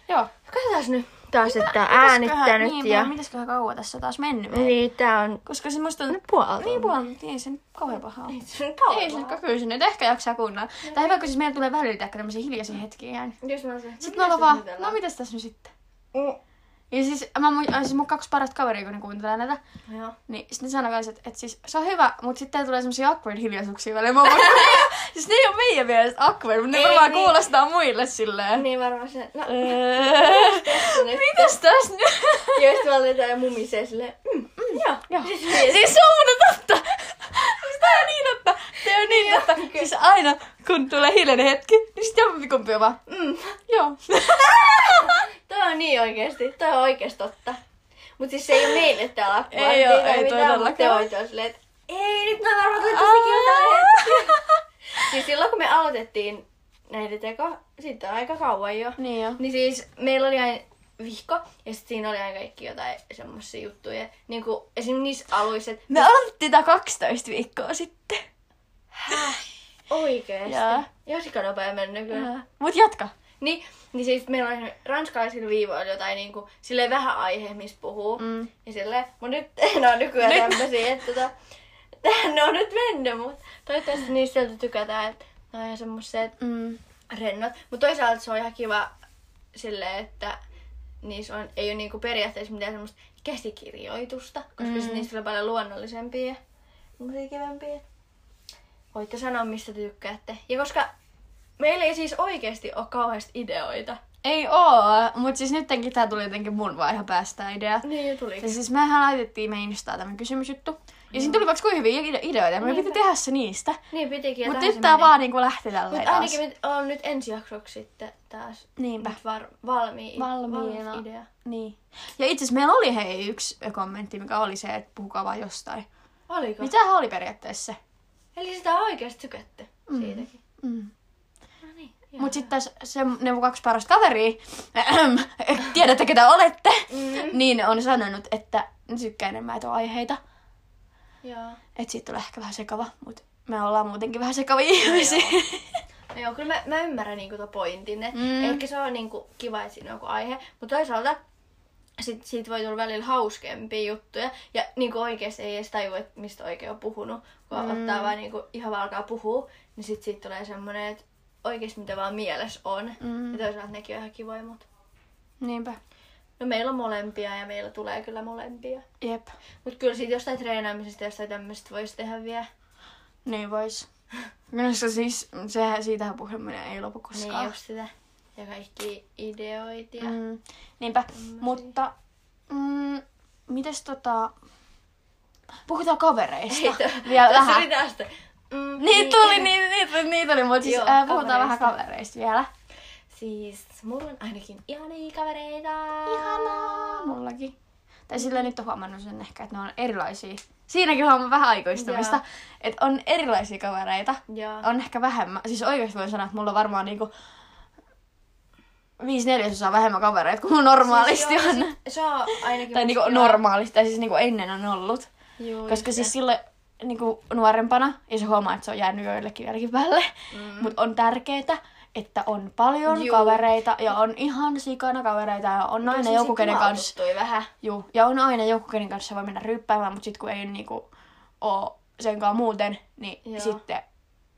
[SPEAKER 1] Joo.
[SPEAKER 2] Katsotaan nyt taas, että äänittänyt
[SPEAKER 1] niin,
[SPEAKER 2] ja...
[SPEAKER 1] Mitäsköhän kauan tässä on taas mennyt? meillä?
[SPEAKER 2] Niin, tää on
[SPEAKER 1] Koska se musta on...
[SPEAKER 2] nyt puolta.
[SPEAKER 1] Niin puolen, ei sen kauhean pahaa.
[SPEAKER 2] Niin.
[SPEAKER 1] Ei, ei sen
[SPEAKER 2] puolta.
[SPEAKER 1] kyllä se nyt ehkä jaksaa kuunnella. Tai hyvä, kun siis meillä tulee välillä ehkä tämmöisiä hiljaisia hetkiä ääni.
[SPEAKER 2] Jos Mm. mä olisin.
[SPEAKER 1] Sitten me ollaan vaan, no mitäs tässä nyt sitten? Ja siis, mä, mu- äh, siis mun kaksi parasta kaveria, kun ne kuuntelee näitä,
[SPEAKER 2] Joo.
[SPEAKER 1] niin sitten ne sanoo kanssa, että, että siis se on hyvä, mutta sitten tulee semmoisia awkward hiljaisuuksia välillä. Mä oon vaan, "Hei!" siis ne ei ole meidän mielestä awkward, mutta ne
[SPEAKER 2] Ei,
[SPEAKER 1] varmaan
[SPEAKER 2] niin.
[SPEAKER 1] kuulostaa muille silleen.
[SPEAKER 2] Niin varmaan se, no
[SPEAKER 1] Öö,
[SPEAKER 2] tässä nyt.
[SPEAKER 1] mitäs tässä nyt?
[SPEAKER 2] Ja sitten mä olin täällä mumisee silleen, mm, mm, joo.
[SPEAKER 1] Joo.
[SPEAKER 2] Siis-
[SPEAKER 1] Siis se on muuten totta. Siis tää on niin totta. Tää on niin totta. Siis aina kun tulee hiljainen hetki, niin sit jompikumpi on vaan.
[SPEAKER 2] Mm.
[SPEAKER 1] Joo.
[SPEAKER 2] Toi on niin oikeesti, toi on oikeesti totta. Mut siis se ei oo meille tää lakkua.
[SPEAKER 1] Ei oo, ei
[SPEAKER 2] Mutta te
[SPEAKER 1] todellakaan.
[SPEAKER 2] ootte vaan silleen, että ei nyt mä varmaan tulin tässäkin jotain. Siis silloin kun me aloitettiin näitä teko, siitä on aika kauan jo.
[SPEAKER 1] Niin joo.
[SPEAKER 2] Niin siis meillä oli aina vihko ja sit siinä oli aina kaikki jotain semmosia juttuja. Niinku esim. niissä aluissa, että
[SPEAKER 1] Me aloitettiin tää 12 viikkoa sitten.
[SPEAKER 2] oikeesti.
[SPEAKER 1] Joo.
[SPEAKER 2] Ihan sikanopea mennyt kyllä.
[SPEAKER 1] Mut jatka.
[SPEAKER 2] Niin, niin siis meillä on ranskalaisilla viivoilla jotain niinku, silleen vähän aihe, missä puhuu.
[SPEAKER 1] Mm.
[SPEAKER 2] Ja silleen, mut nyt ne on nykyään
[SPEAKER 1] Nyt.
[SPEAKER 2] nyt. tämmösiä, että tota, tähän ne on nyt mennyt, mut toivottavasti niistä sieltä tykätään, että ne on ihan semmoset
[SPEAKER 1] Mm.
[SPEAKER 2] rennot. Mut toisaalta se on ihan kiva silleen, että niissä on, ei ole niinku periaatteessa mitään semmoista käsikirjoitusta, koska mm. sit niistä tulee paljon luonnollisempia ja semmosia kivempiä. Voitte sanoa, mistä te tykkäätte. Ja koska meillä ei siis oikeasti ole kauheasti ideoita.
[SPEAKER 1] Ei oo, mut siis nyttenkin tää tuli jotenkin mun vaan ihan päästä idea.
[SPEAKER 2] Niin tuli.
[SPEAKER 1] Ja siis mehän laitettiin me Instaan tämä kysymysjuttu. Ja siinä tuli vaikka kuinka hyviä ide- ideoita. Me piti tehdä se niistä.
[SPEAKER 2] Niin pitikin. ja
[SPEAKER 1] Mut
[SPEAKER 2] tähän
[SPEAKER 1] nyt
[SPEAKER 2] se
[SPEAKER 1] tää
[SPEAKER 2] meni.
[SPEAKER 1] vaan niinku lähti tälleen
[SPEAKER 2] Mut
[SPEAKER 1] taas.
[SPEAKER 2] ainakin nyt on nyt ensi jaksoksi sitten taas
[SPEAKER 1] Niinpä.
[SPEAKER 2] nyt var, valmiin,
[SPEAKER 1] Valmiina.
[SPEAKER 2] valmis idea.
[SPEAKER 1] Niin. Ja itse asiassa meillä oli hei yksi kommentti, mikä oli se, että puhukaa vaan jostain.
[SPEAKER 2] Oliko?
[SPEAKER 1] Mitähän oli periaatteessa se?
[SPEAKER 2] Eli sitä oikeasti tykätte mm. siitäkin.
[SPEAKER 1] Mm.
[SPEAKER 2] No niin.
[SPEAKER 1] Mut sitten taas se, ne mun kaksi parasta kaveria, ähäm, tiedätte ketä olette,
[SPEAKER 2] Mm.
[SPEAKER 1] niin ne on sanonut, että ne tykkää enemmän että on aiheita.
[SPEAKER 2] Joo.
[SPEAKER 1] Että siitä tulee ehkä vähän sekava, mut me ollaan muutenkin vähän sekavia ihmisiä.
[SPEAKER 2] No joo, kyllä mä, mä ymmärrän niinku tuon pointin.
[SPEAKER 1] Mm.
[SPEAKER 2] Mm. Ehkä se on niinku kiva, että siinä on joku aihe. Mutta toisaalta sit, siitä voi tulla välillä hauskempia juttuja. Ja niinku oikeesti ei edes tajua, että mistä oikein on puhunut. Kun mm. ottaa vaan niinku, ihan vaan alkaa puhua, niin sit siitä tulee semmonen, että oikeesti mitä vaan mielessä on.
[SPEAKER 1] Mm.
[SPEAKER 2] Mm. Ja toisaalta nekin on ihan kivoja, mutta...
[SPEAKER 1] Niinpä.
[SPEAKER 2] No meillä on molempia ja meillä tulee kyllä molempia.
[SPEAKER 1] Jep.
[SPEAKER 2] Mutta kyllä siitä jostain treenaamisesta ja jostain tämmöistä voisi tehdä vielä.
[SPEAKER 1] Niin vois. Minusta siis, sehän siitähän puhuminen ei lopu koskaan.
[SPEAKER 2] Niin just sitä. Ja kaikki ideoita. Ja... Mm.
[SPEAKER 1] Mm, niinpä, mutta mm, mites tota... Puhutaan kavereista vielä
[SPEAKER 2] Tässä
[SPEAKER 1] vähän.
[SPEAKER 2] oli tästä. Mm,
[SPEAKER 1] Niin tuli, niin, niin tuli, niin tuli, mutta siis
[SPEAKER 2] Joo,
[SPEAKER 1] äh, puhutaan vähän
[SPEAKER 2] kavereista.
[SPEAKER 1] kavereista vielä.
[SPEAKER 2] Siis mulla on ainakin ihania kavereita.
[SPEAKER 1] Ihanaa, mullakin. Tai sillä nyt on huomannut sen ehkä, että ne on erilaisia. Siinäkin huomaa vähän aikuistumista,
[SPEAKER 2] Joo.
[SPEAKER 1] että on erilaisia kavereita.
[SPEAKER 2] Joo.
[SPEAKER 1] On ehkä vähemmän, siis oikeasti voin sanoa, että mulla on varmaan niinku viisi neljäsosaa vähemmän kavereita kuin mun normaalisti
[SPEAKER 2] Siis joo,
[SPEAKER 1] on.
[SPEAKER 2] se- Se on ainakin...
[SPEAKER 1] Tai
[SPEAKER 2] musta
[SPEAKER 1] niinku
[SPEAKER 2] kiva.
[SPEAKER 1] normaalisti, tai siis niinku ennen on ollut.
[SPEAKER 2] Juu,
[SPEAKER 1] Koska
[SPEAKER 2] just
[SPEAKER 1] siis sille niin kuin nuorempana, ei se huomaa, että se on jäänyt joillekin vieläkin välle, mm. mutta on tärkeää, että on paljon
[SPEAKER 2] Juu.
[SPEAKER 1] Juu. kavereita ja on ihan sikana kavereita ja on aina joku, kenen kanssa.
[SPEAKER 2] Tuli vähän.
[SPEAKER 1] Juu, ja on aina joku, kenen kanssa voi mennä ryppäämään, mutta sitten kun ei niinku oo senkaan muuten, niin
[SPEAKER 2] Joo.
[SPEAKER 1] Joo. sitten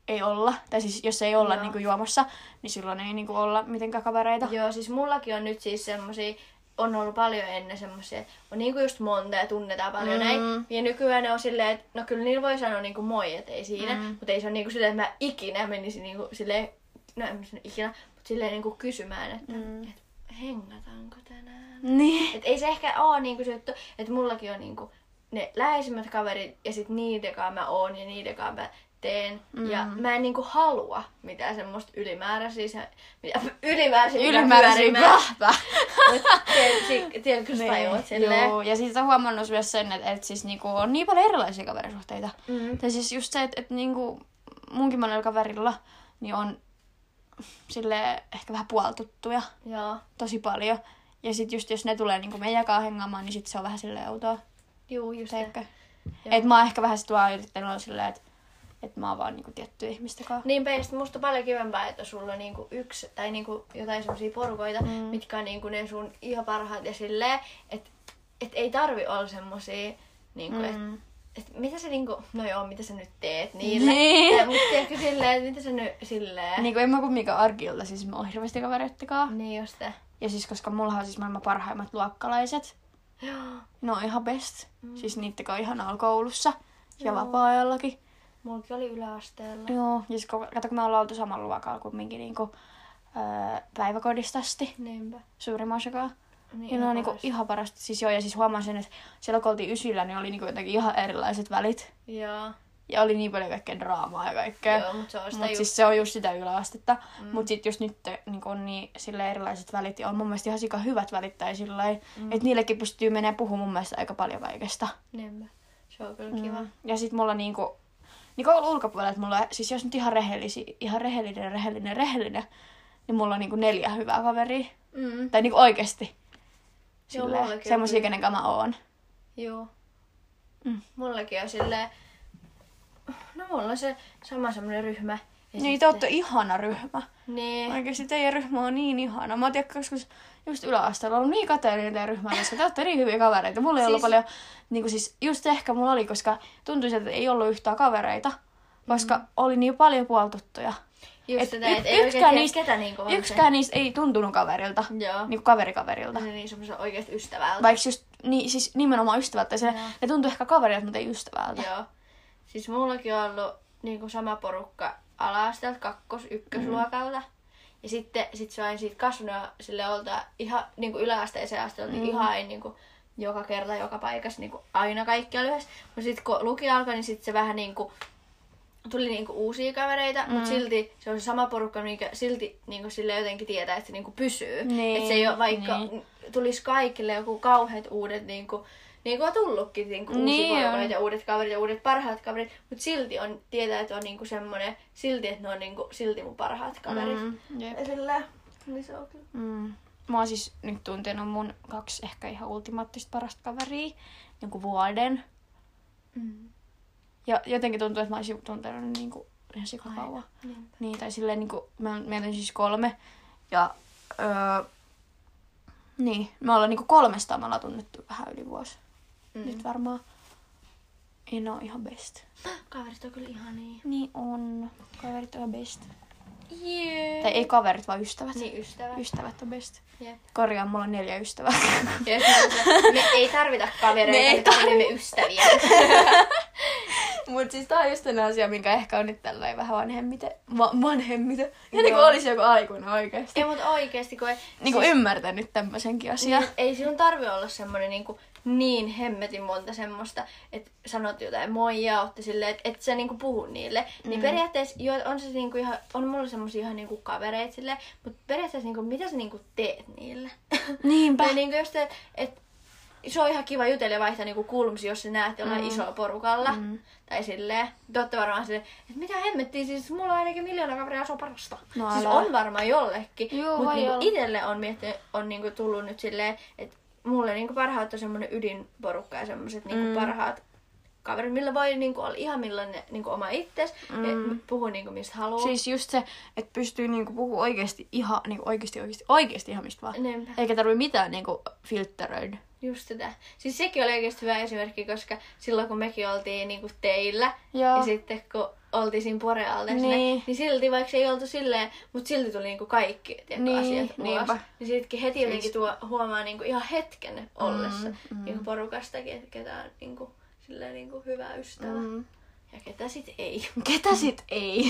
[SPEAKER 1] ei olla. Tai siis jos ei olla
[SPEAKER 2] Joo.
[SPEAKER 1] niinku juomassa, niin silloin ei niinku olla mitenkään kavereita.
[SPEAKER 2] Joo, siis mullakin on nyt siis semmosia, on ollut paljon ennen semmosia, on niinku just monta ja tunnetaan paljon mm.
[SPEAKER 1] Mm.
[SPEAKER 2] näin. Ja nykyään ne on silleen, että no kyllä niillä voi sanoa niinku moi, et ei siinä. Mm.
[SPEAKER 1] Mm.
[SPEAKER 2] Mutta ei se ole niinku silleen, että mä ikinä menisin niinku silleen, no en mä sano ikinä, mutta silleen niinku kysymään, että mm. et, hengataanko tänään.
[SPEAKER 1] Niin.
[SPEAKER 2] Et ei se ehkä oo niinku se juttu, että mullakin on niinku ne läheisimmät kaverit ja sit niiden kanssa mä oon ja niiden kanssa mä teen. Mm. Ja mä en niinku halua mitään semmoista ylimääräisiä, se- mitä ylimääräisiä, mitä
[SPEAKER 1] Ylimääräisiä
[SPEAKER 2] pyörimään.
[SPEAKER 1] pähpä.
[SPEAKER 2] Mut tiedä- si- Tiedätkö, sä tajuat silleen.
[SPEAKER 1] Joo, Niin, ja sitten sä huomannut myös sen, että et siis niinku on niin paljon erilaisia kaverisuhteita.
[SPEAKER 2] Mm.
[SPEAKER 1] Tai siis just se, että et niinku munkin monella kaverilla niin on sille ehkä vähän puoltuttuja
[SPEAKER 2] Joo.
[SPEAKER 1] tosi paljon. Ja sitten just jos ne tulee niinku meidän kanssa hengaamaan, niin sitten se on vähän silleen outoa.
[SPEAKER 2] Juu, just se.
[SPEAKER 1] Teikö? Et mä oon ehkä vähän sit vaan yrittänyt olla silleen, että et mä oon vaan niinku tiettyä ihmistä kanssa.
[SPEAKER 2] Niinpä, ja sit musta on paljon kivempaa, että sulla on niinku yksi tai niinku jotain semmoisia porukoita, mm. mitkä on niinku ne sun ihan parhaat ja silleen, että et ei tarvi olla semmosia, niinku, mm. että et mitä sä niinku, no joo, mitä sä nyt teet niillä.
[SPEAKER 1] Niin.
[SPEAKER 2] Mutta tiedätkö silleen, että mitä sä nyt silleen.
[SPEAKER 1] Niinku en mä kumminkaan arkilta, siis mä oon hirveästi kavereittikaan.
[SPEAKER 2] Niin just se.
[SPEAKER 1] Ja siis koska mullahan on siis maailman parhaimmat luokkalaiset.
[SPEAKER 2] Joo.
[SPEAKER 1] Ne on No, ihan best. Mm. Siis niittekö on ihan koulussa ja vapaa-ajallakin.
[SPEAKER 2] Mullakin oli yläasteella.
[SPEAKER 1] Joo, ja sit kun, kato kun me ollaan oltu saman luokalla kumminkin niinku, öö, päiväkodista asti
[SPEAKER 2] Niinpä.
[SPEAKER 1] suurin osakaan.
[SPEAKER 2] Niin,
[SPEAKER 1] Ja ne
[SPEAKER 2] ihan
[SPEAKER 1] on niinku
[SPEAKER 2] paras.
[SPEAKER 1] ihan parasta. Siis joo, ja siis huomaan sen, että siellä kun oltiin ysillä, niin oli niinku jotenkin ihan erilaiset välit.
[SPEAKER 2] Joo.
[SPEAKER 1] Ja oli niin paljon kaikkea draamaa ja kaikkea.
[SPEAKER 2] Joo, mutta se on sitä
[SPEAKER 1] Mut
[SPEAKER 2] just.
[SPEAKER 1] siis se on just sitä yläastetta. Mm. Mut sit jos nyt niin on niin sille erilaiset välit, ja on mun mielestä ihan sika hyvät välit tai sillä mm. että niillekin pystyy menemään puhumaan mun mielestä aika paljon kaikesta.
[SPEAKER 2] Niinpä. Se on kyllä kiva.
[SPEAKER 1] Mm. Ja sit mulla niinku, niin koulun ulkopuolella, että mulla, siis jos nyt ihan rehellisi, ihan rehellinen, rehellinen, rehellinen, niin mulla on niinku neljä hyvää kaveria.
[SPEAKER 2] Mm.
[SPEAKER 1] Tai niinku oikeesti.
[SPEAKER 2] Joo,
[SPEAKER 1] Silleen,
[SPEAKER 2] mullakin on
[SPEAKER 1] semmosia,
[SPEAKER 2] kyllä.
[SPEAKER 1] kenen kanssa mä oon.
[SPEAKER 2] Joo.
[SPEAKER 1] Mm.
[SPEAKER 2] Mullakin on silleen... No mulla on se sama semmonen ryhmä. Ja
[SPEAKER 1] Niin, te
[SPEAKER 2] sitten-
[SPEAKER 1] ootte ihana ryhmä.
[SPEAKER 2] Niin.
[SPEAKER 1] Oikeesti teidän ryhmä on niin ihana. Mä tiedän, joskus just yläasteella on ollut niin kateellinen teidän ryhmä, koska te olette niin hyviä kavereita. Mulla ei siis... ollut
[SPEAKER 2] Siis-
[SPEAKER 1] paljon, niin kuin siis just ehkä mulla oli, koska tuntui siltä, että ei ollut yhtään kavereita, koska mm. oli niin paljon puoltuttuja.
[SPEAKER 2] Just
[SPEAKER 1] Et
[SPEAKER 2] et, tätä,
[SPEAKER 1] y-
[SPEAKER 2] et ei oikein
[SPEAKER 1] yksikään
[SPEAKER 2] tiedä
[SPEAKER 1] niistä-
[SPEAKER 2] ketä niinku on
[SPEAKER 1] Yksikään niistä ei tuntunut kaverilta,
[SPEAKER 2] se. Joo.
[SPEAKER 1] niin kuin kaverikaverilta.
[SPEAKER 2] Niin, niin semmoisen oikeasta ystävältä.
[SPEAKER 1] Vaikka just, niin, siis nimenomaan ystävältä. Se,
[SPEAKER 2] Joo.
[SPEAKER 1] ne tuntui ehkä kaverilta, mutta ei ystävältä.
[SPEAKER 2] Joo. Siis mullakin on ollut niinku sama porukka ala-asteelta, kakkos-, ykkösluokalta.
[SPEAKER 1] Mm-hmm.
[SPEAKER 2] Ja sitten sit se on aina siitä kasvanut ja sille olta ihan niinku yläasteeseen asti oltiin
[SPEAKER 1] Mm-hmm.
[SPEAKER 2] ihan aina niinku joka kerta, joka paikassa, niinku aina kaikkialla yhdessä. Mutta sitten kun luki alkoi, niin sitten se vähän niinku tuli niinku uusia kavereita,
[SPEAKER 1] Mm-hmm.
[SPEAKER 2] mm. mutta silti se on se sama porukka, mikä silti niinku sille jotenkin tietää, että se niinku pysyy.
[SPEAKER 1] Niin,
[SPEAKER 2] että se ei ole vaikka
[SPEAKER 1] niin.
[SPEAKER 2] tulisi kaikille joku kauheat uudet niinku, niinku on tullutkin niinku uusia
[SPEAKER 1] Niin on.
[SPEAKER 2] porukoita ja uudet kaverit ja uudet parhaat kaverit, mutta silti on, tietää, että on niinku semmoinen, silti, että ne on niinku, silti mun parhaat kaverit. Mm.
[SPEAKER 1] Mm, jep.
[SPEAKER 2] Sillä, niin se on kyllä.
[SPEAKER 1] Mm. Mä oon siis nyt tuntenut mun kaksi ehkä ihan ultimaattista parasta kaveria, jonkun vuoden.
[SPEAKER 2] Mm.
[SPEAKER 1] Ja jotenkin tuntuu, että mä olisin tuntenut ne niinku ihan sika kauan.
[SPEAKER 2] Niinpä.
[SPEAKER 1] Niin, tai silleen niinku, mä, meillä on siis kolme. Ja öö, niin, me ollaan niinku kolmesta me ollaan tunnettu vähän yli vuosi. Mm. Nyt varmaan. Ja ne on ihan best.
[SPEAKER 2] Kaverit on kyllä ihania.
[SPEAKER 1] Niin on. Kaverit on best.
[SPEAKER 2] Jee.
[SPEAKER 1] Tai ei kaverit, vaan ystävät. Niin.
[SPEAKER 2] Niin ystävä.
[SPEAKER 1] Ystävät on best.
[SPEAKER 2] Jep.
[SPEAKER 1] Korjaan, mulla on neljä ystävää.
[SPEAKER 2] Ja se- me ei tarvita kavereita,
[SPEAKER 1] Me
[SPEAKER 2] me,
[SPEAKER 1] ei
[SPEAKER 2] me tarvitsemme ystäviä.
[SPEAKER 1] Mut siis tää on just sellainen asia, minkä ehkä on nyt tällainen vähän vanhemmiten. Va- vanhemmiten. Ja
[SPEAKER 2] Joo.
[SPEAKER 1] niinku olisi joku aikuinen oikeesti.
[SPEAKER 2] ei, mutta oikeesti, kun ei,
[SPEAKER 1] niin kuin siis... ymmärtänyt tämmöisenkin asian.
[SPEAKER 2] Niin, ei sinun tarvi olla semmoinen niin, niin hemmetin monta semmoista, että sanot jotain moi ja ootte silleen, että et sä niin puhu niille. Mm. Niin periaatteessa jo, on, se niin ihan, on mulla semmoisia ihan niin kavereita silleen, mutta periaatteessa niin mitä sä niin teet niille?
[SPEAKER 1] Niinpä.
[SPEAKER 2] tai niin just, että et, se on ihan kiva jutella ja vaihtaa niinku kulmsi, jos sä näet jollain mm. isolla porukalla. Mm. Tai silleen, te ootte varmaan silleen, että mitä hemmettiä, siis mulla on ainakin miljoona kaveria, se on parasta.
[SPEAKER 1] No
[SPEAKER 2] siis
[SPEAKER 1] älä.
[SPEAKER 2] on varmaan jollekin,
[SPEAKER 1] Juu,
[SPEAKER 2] mutta
[SPEAKER 1] voi
[SPEAKER 2] niinku
[SPEAKER 1] olla.
[SPEAKER 2] itselle on, miettinyt, on niinku tullut nyt silleen, että mulle niinku parhaat on semmoinen ydinporukka ja semmoiset niinku parhaat kaverit, millä voi niin kuin, olla ihan millainen niin kuin, oma itses mm. ja puhua niin kuin, mistä haluaa.
[SPEAKER 1] Siis just se, että pystyy niinku puhua oikeasti ihan, niinku oikeasti, oikeasti, oikeasti ihan mistä vaan.
[SPEAKER 2] Niinpä.
[SPEAKER 1] Eikä tarvi mitään niinku filtteröidä.
[SPEAKER 2] Just tätä. Siis sekin oli oikeasti hyvä esimerkki, koska silloin kun mekin oltiin niinku teillä
[SPEAKER 1] Joo.
[SPEAKER 2] ja sitten kun oltiin siinä porealle
[SPEAKER 1] Niin.
[SPEAKER 2] niin. niin silti vaikka se ei oltu silleen, mutta silti tuli niinku kaikki tiedätkö,
[SPEAKER 1] Niin,
[SPEAKER 2] asiat
[SPEAKER 1] niinpä.
[SPEAKER 2] ulos. Niin siitäkin heti jotenkin tuo, huomaa niinku ihan hetken ollessa mm, Niinku porukastakin, että ketä on niinku, silleen niinku hyvä ystävä mm. ja ketä sit ei.
[SPEAKER 1] Ketä sit ei?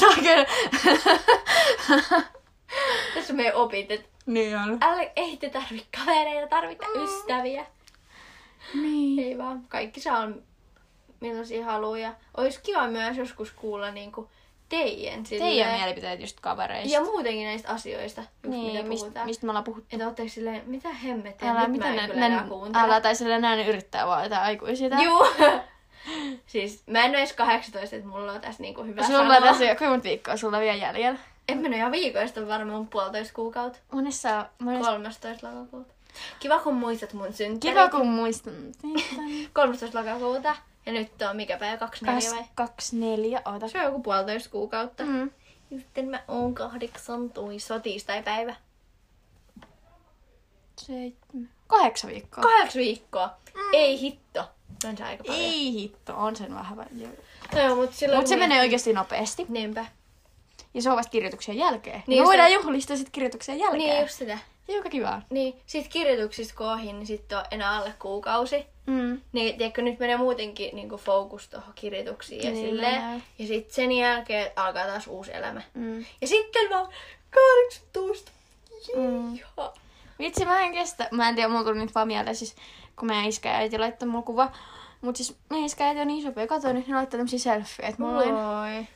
[SPEAKER 1] Tää on kyllä...
[SPEAKER 2] Tässä me opit, että
[SPEAKER 1] Niin on.
[SPEAKER 2] älä, ei te tarvi kavereita, tarvita mm. ystäviä.
[SPEAKER 1] Niin.
[SPEAKER 2] Ei vaan, kaikki saa olla millaisia haluja. Olisi kiva myös joskus kuulla niinku teidän silleen-
[SPEAKER 1] Teidän mielipiteet just kavereista.
[SPEAKER 2] Ja muutenkin näistä asioista, just niin,
[SPEAKER 1] niin,
[SPEAKER 2] mitä
[SPEAKER 1] mistä,
[SPEAKER 2] puhutaan. Mist,
[SPEAKER 1] mistä me ollaan puhuttu.
[SPEAKER 2] Että ootteko silleen, mitä hemmettiä,
[SPEAKER 1] Älä,
[SPEAKER 2] nyt
[SPEAKER 1] mitä
[SPEAKER 2] mä en
[SPEAKER 1] ne,
[SPEAKER 2] kyllä
[SPEAKER 1] ne,
[SPEAKER 2] enää kuuntele.
[SPEAKER 1] älä tai sillä näin yrittää vaan jotain aikuisia. täällä.
[SPEAKER 2] Juu. siis mä en ole edes 18, että mulla on tässä niinku hyvä
[SPEAKER 1] Sulla
[SPEAKER 2] sanoa.
[SPEAKER 1] on tässä jo kuinka monta viikkoa sulla on vielä jäljellä.
[SPEAKER 2] En mä nyt ihan viikoista varmaan puolitoista kuukautta.
[SPEAKER 1] Monessa, monessa...
[SPEAKER 2] 13 lokakuuta. Kiva kun muistat mun synttärit.
[SPEAKER 1] Kiva kun muistan.
[SPEAKER 2] 13 lokakuuta. Ja nyt on mikä päivä? 24 vai?
[SPEAKER 1] 24, ootas.
[SPEAKER 2] Se on joku puolitoista kuukautta. Mm.
[SPEAKER 1] Mm.
[SPEAKER 2] Sitten mä oon 18 tiistai-päivä.
[SPEAKER 1] Seitsemän. Kahdeksan viikkoa.
[SPEAKER 2] Kahdeksan viikkoa. Mm. Ei hitto. On se aika paljon.
[SPEAKER 1] Ei hitto, on sen vähän.
[SPEAKER 2] No joo, mut silloin...
[SPEAKER 1] Mutta se
[SPEAKER 2] kun-
[SPEAKER 1] menee oikeasti nopeasti.
[SPEAKER 2] Niinpä.
[SPEAKER 1] Ja se on vasta kirjoituksen jälkeen. Niin
[SPEAKER 2] Niin
[SPEAKER 1] Me
[SPEAKER 2] just
[SPEAKER 1] voidaan
[SPEAKER 2] se-
[SPEAKER 1] juhlistaa sitten kirjoituksen jälkeen.
[SPEAKER 2] Niin just sitä.
[SPEAKER 1] Joka kivaa.
[SPEAKER 2] Niin. Sitten kirjoituksista koihin, niin sitten on enää alle kuukausi.
[SPEAKER 1] Mm.
[SPEAKER 2] Niin, tiedätkö, nyt menee muutenkin niin fokus tuohon kirjoituksiin ja
[SPEAKER 1] Niin menee.
[SPEAKER 2] silleen. Ja sitten sen jälkeen alkaa taas uusi elämä.
[SPEAKER 1] Mm.
[SPEAKER 2] Ja sitten vaan 18.
[SPEAKER 1] Mm.
[SPEAKER 2] Joo.
[SPEAKER 1] Vitsi, mä en kestä. Mä en tiedä, mulla tuli nyt vaan mieleen, siis, kun meidän iskä ja äiti laittoi mulla kuva. Mut siis meidän iskä ja äiti on niin isompia. Katoin, niin ne laittaa tämmöisiä selfieitä mulle.
[SPEAKER 2] Moi.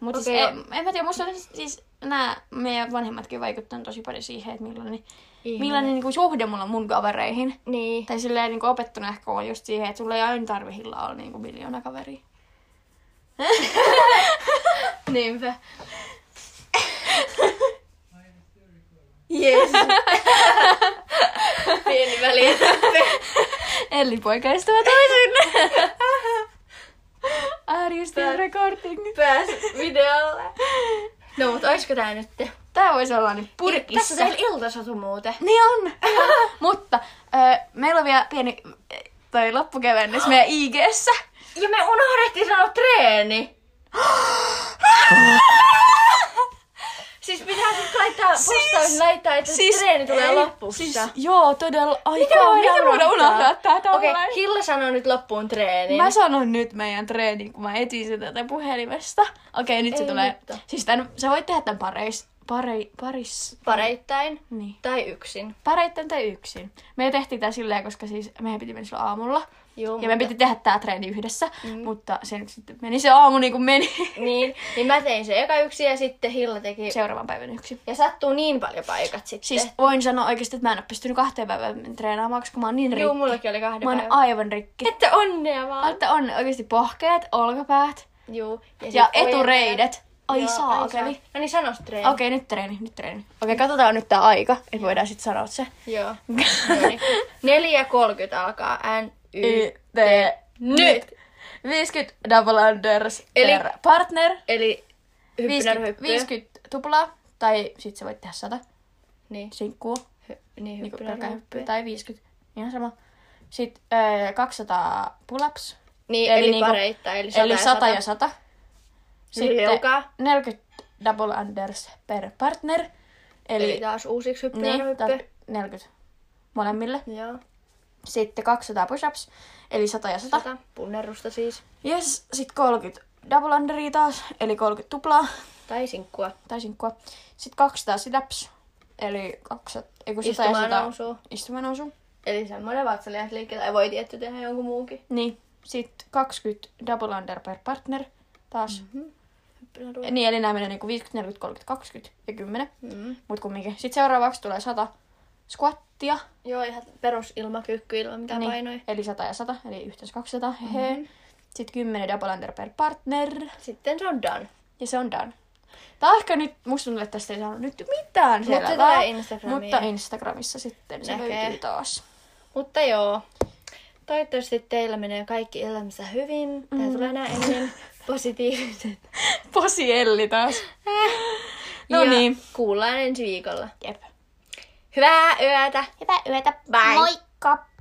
[SPEAKER 1] Mutta okay.
[SPEAKER 2] Okei.
[SPEAKER 1] siis, en, en mä tiedä, musta on siis nämä meidän vanhemmatkin vaikuttaa tosi paljon siihen, että millainen, millainen niin kuin, suhde mulla on mun kavereihin.
[SPEAKER 2] Niin.
[SPEAKER 1] Tai silleen niin kuin opettuna ehkä on just siihen, että sulla ei aina tarvi hillaa olla niin kuin miljoona kaveria.
[SPEAKER 2] Niinpä. Jees. Pieni väli.
[SPEAKER 1] Elli poika istuu toisin. Are you still recording?
[SPEAKER 2] Pääs videolle. No mut oisko tää nyt?
[SPEAKER 1] Tää voisi olla nyt
[SPEAKER 2] Niin, Tässä
[SPEAKER 1] purkissa.
[SPEAKER 2] on teillä iltasatu muuten.
[SPEAKER 1] Niin on! Mutta ö, meillä on vielä pieni ö, toi loppukevennys meidän IG-ssä.
[SPEAKER 2] Ja me unohdettiin sanoa treeni. siis pitää sit laittaa postaus laittaa, että siis, treeni tulee
[SPEAKER 1] ei,
[SPEAKER 2] lopussa.
[SPEAKER 1] Siis, joo, todella. Ai,
[SPEAKER 2] Mitä
[SPEAKER 1] tää-
[SPEAKER 2] voidaan
[SPEAKER 1] miten voidaan unohtaa tää
[SPEAKER 2] Okei,
[SPEAKER 1] tällainen?
[SPEAKER 2] okay, Hilla sanoo nyt loppuun treenin.
[SPEAKER 1] Mä sanon nyt meidän treenin, kun mä etsin sitä tätä puhelimesta. Okei, nyt se
[SPEAKER 2] Ei
[SPEAKER 1] tulee.
[SPEAKER 2] mitään.
[SPEAKER 1] Siis tän, sä voit tehdä tän pareis, parei, paris,
[SPEAKER 2] Pareittain
[SPEAKER 1] niin.
[SPEAKER 2] tai yksin.
[SPEAKER 1] Pareitten tai yksin. Me tehtiin tää silleen, koska siis meidän piti mennä silloin aamulla.
[SPEAKER 2] Joo,
[SPEAKER 1] ja me piti tehdä tää treeni yhdessä, mm. mutta se nyt sitten meni se aamu niin kuin meni.
[SPEAKER 2] Niin, niin mä tein sen eka yksi ja sitten Hilla teki. Se...
[SPEAKER 1] Seuraavan päivän yksi.
[SPEAKER 2] Ja sattuu niin paljon paikat sitten.
[SPEAKER 1] Siis voin sanoa oikeasti, että mä en ole pystynyt kahteen päivään treenaamaan, koska mä oon niin
[SPEAKER 2] Juu,
[SPEAKER 1] rikki.
[SPEAKER 2] mullakin oli kahden
[SPEAKER 1] Mä oon
[SPEAKER 2] päivän.
[SPEAKER 1] aivan rikki.
[SPEAKER 2] Että onnea vaan.
[SPEAKER 1] Että on oikeasti pohkeet, olkapäät
[SPEAKER 2] Juu. Ja,
[SPEAKER 1] ja
[SPEAKER 2] sit
[SPEAKER 1] etureidet. Ai
[SPEAKER 2] Joo,
[SPEAKER 1] saakeli.
[SPEAKER 2] No niin, sanos treeni.
[SPEAKER 1] Okei, nyt treeni, nyt treeni. Okei, katsotaan nyt tää aika, että voidaan sitten sanoa se.
[SPEAKER 2] Joo. No niin. 4.30 alkaa N, Y,
[SPEAKER 1] T, nyt! 50 double unders
[SPEAKER 2] Eli-
[SPEAKER 1] per partner.
[SPEAKER 2] Eli hyppynä
[SPEAKER 1] 50,
[SPEAKER 2] hyppyä.
[SPEAKER 1] 50 tuplaa, tai sit sä voit tehdä 100
[SPEAKER 2] Niin,
[SPEAKER 1] sinkkua,
[SPEAKER 2] hy- niin
[SPEAKER 1] niinku
[SPEAKER 2] hyppynä
[SPEAKER 1] pelkää hyppyä,
[SPEAKER 2] hyppyä.
[SPEAKER 1] tai 50, ihan sama. Sitten öö, 200 pull-ups,
[SPEAKER 2] Niin,
[SPEAKER 1] Eli
[SPEAKER 2] eli,
[SPEAKER 1] niinku-
[SPEAKER 2] pareittain, eli 100
[SPEAKER 1] eli 100 ja 100. Sitten
[SPEAKER 2] liukaa.
[SPEAKER 1] 40 double unders per partner, eli,
[SPEAKER 2] Eli taas uusiksi hyppynä
[SPEAKER 1] niin,
[SPEAKER 2] hyppyä.
[SPEAKER 1] tai 40 molemmille.
[SPEAKER 2] Joo,
[SPEAKER 1] Sitten 200 push-ups, eli 100 ja 100.
[SPEAKER 2] 100 punnerusta siis.
[SPEAKER 1] Yes, sitten 30 double underia taas, eli 30 tuplaa
[SPEAKER 2] Tai sinkkua.
[SPEAKER 1] tai sinkkua. Sitten 200 sit-ups, eli 200, ei kun 100 ja 100.
[SPEAKER 2] Istumaan nousua.
[SPEAKER 1] Istumaan nousu.
[SPEAKER 2] Eli semmoinen vatsalihasliike, tai voi tietty tehdä jonkun muunkin.
[SPEAKER 1] Niin, sitten 20 double under per partner taas.
[SPEAKER 2] Mhm.
[SPEAKER 1] Mm-hmm.
[SPEAKER 2] Hyppynarulla.
[SPEAKER 1] Niin, eli nämä menee niinku 50, 40, 30, 20 ja 10.
[SPEAKER 2] Mm.
[SPEAKER 1] Mut kumminkin. Sitten seuraavaksi tulee 100 squattia.
[SPEAKER 2] Joo, ihan perusilmakyykky ilman mitä niin. painoi. Mhm.
[SPEAKER 1] eli 100 ja 100, eli yhteensä 200. Mm-hmm. Sitten 10 double under per partner.
[SPEAKER 2] Sitten se on done.
[SPEAKER 1] Ja se on done. Tai ehkä nyt, musta tuntuu, että tästä ei saanut nyt mitään
[SPEAKER 2] Mutta se
[SPEAKER 1] selvää.
[SPEAKER 2] tulee Instagramiin.
[SPEAKER 1] Mutta Instagramissa sitten se
[SPEAKER 2] Näkee.
[SPEAKER 1] löytyy taas.
[SPEAKER 2] Mutta joo, Toivottavasti teillä menee kaikki elämässä hyvin. Tää tulee nää ennen positiiviset.
[SPEAKER 1] Posielli taas. No
[SPEAKER 2] Ja
[SPEAKER 1] niin.
[SPEAKER 2] Kuullaan ensi viikolla.
[SPEAKER 1] Jep.
[SPEAKER 2] Hyvää yötä!
[SPEAKER 1] Hyvää yötä.
[SPEAKER 2] Bye.
[SPEAKER 1] Moikka.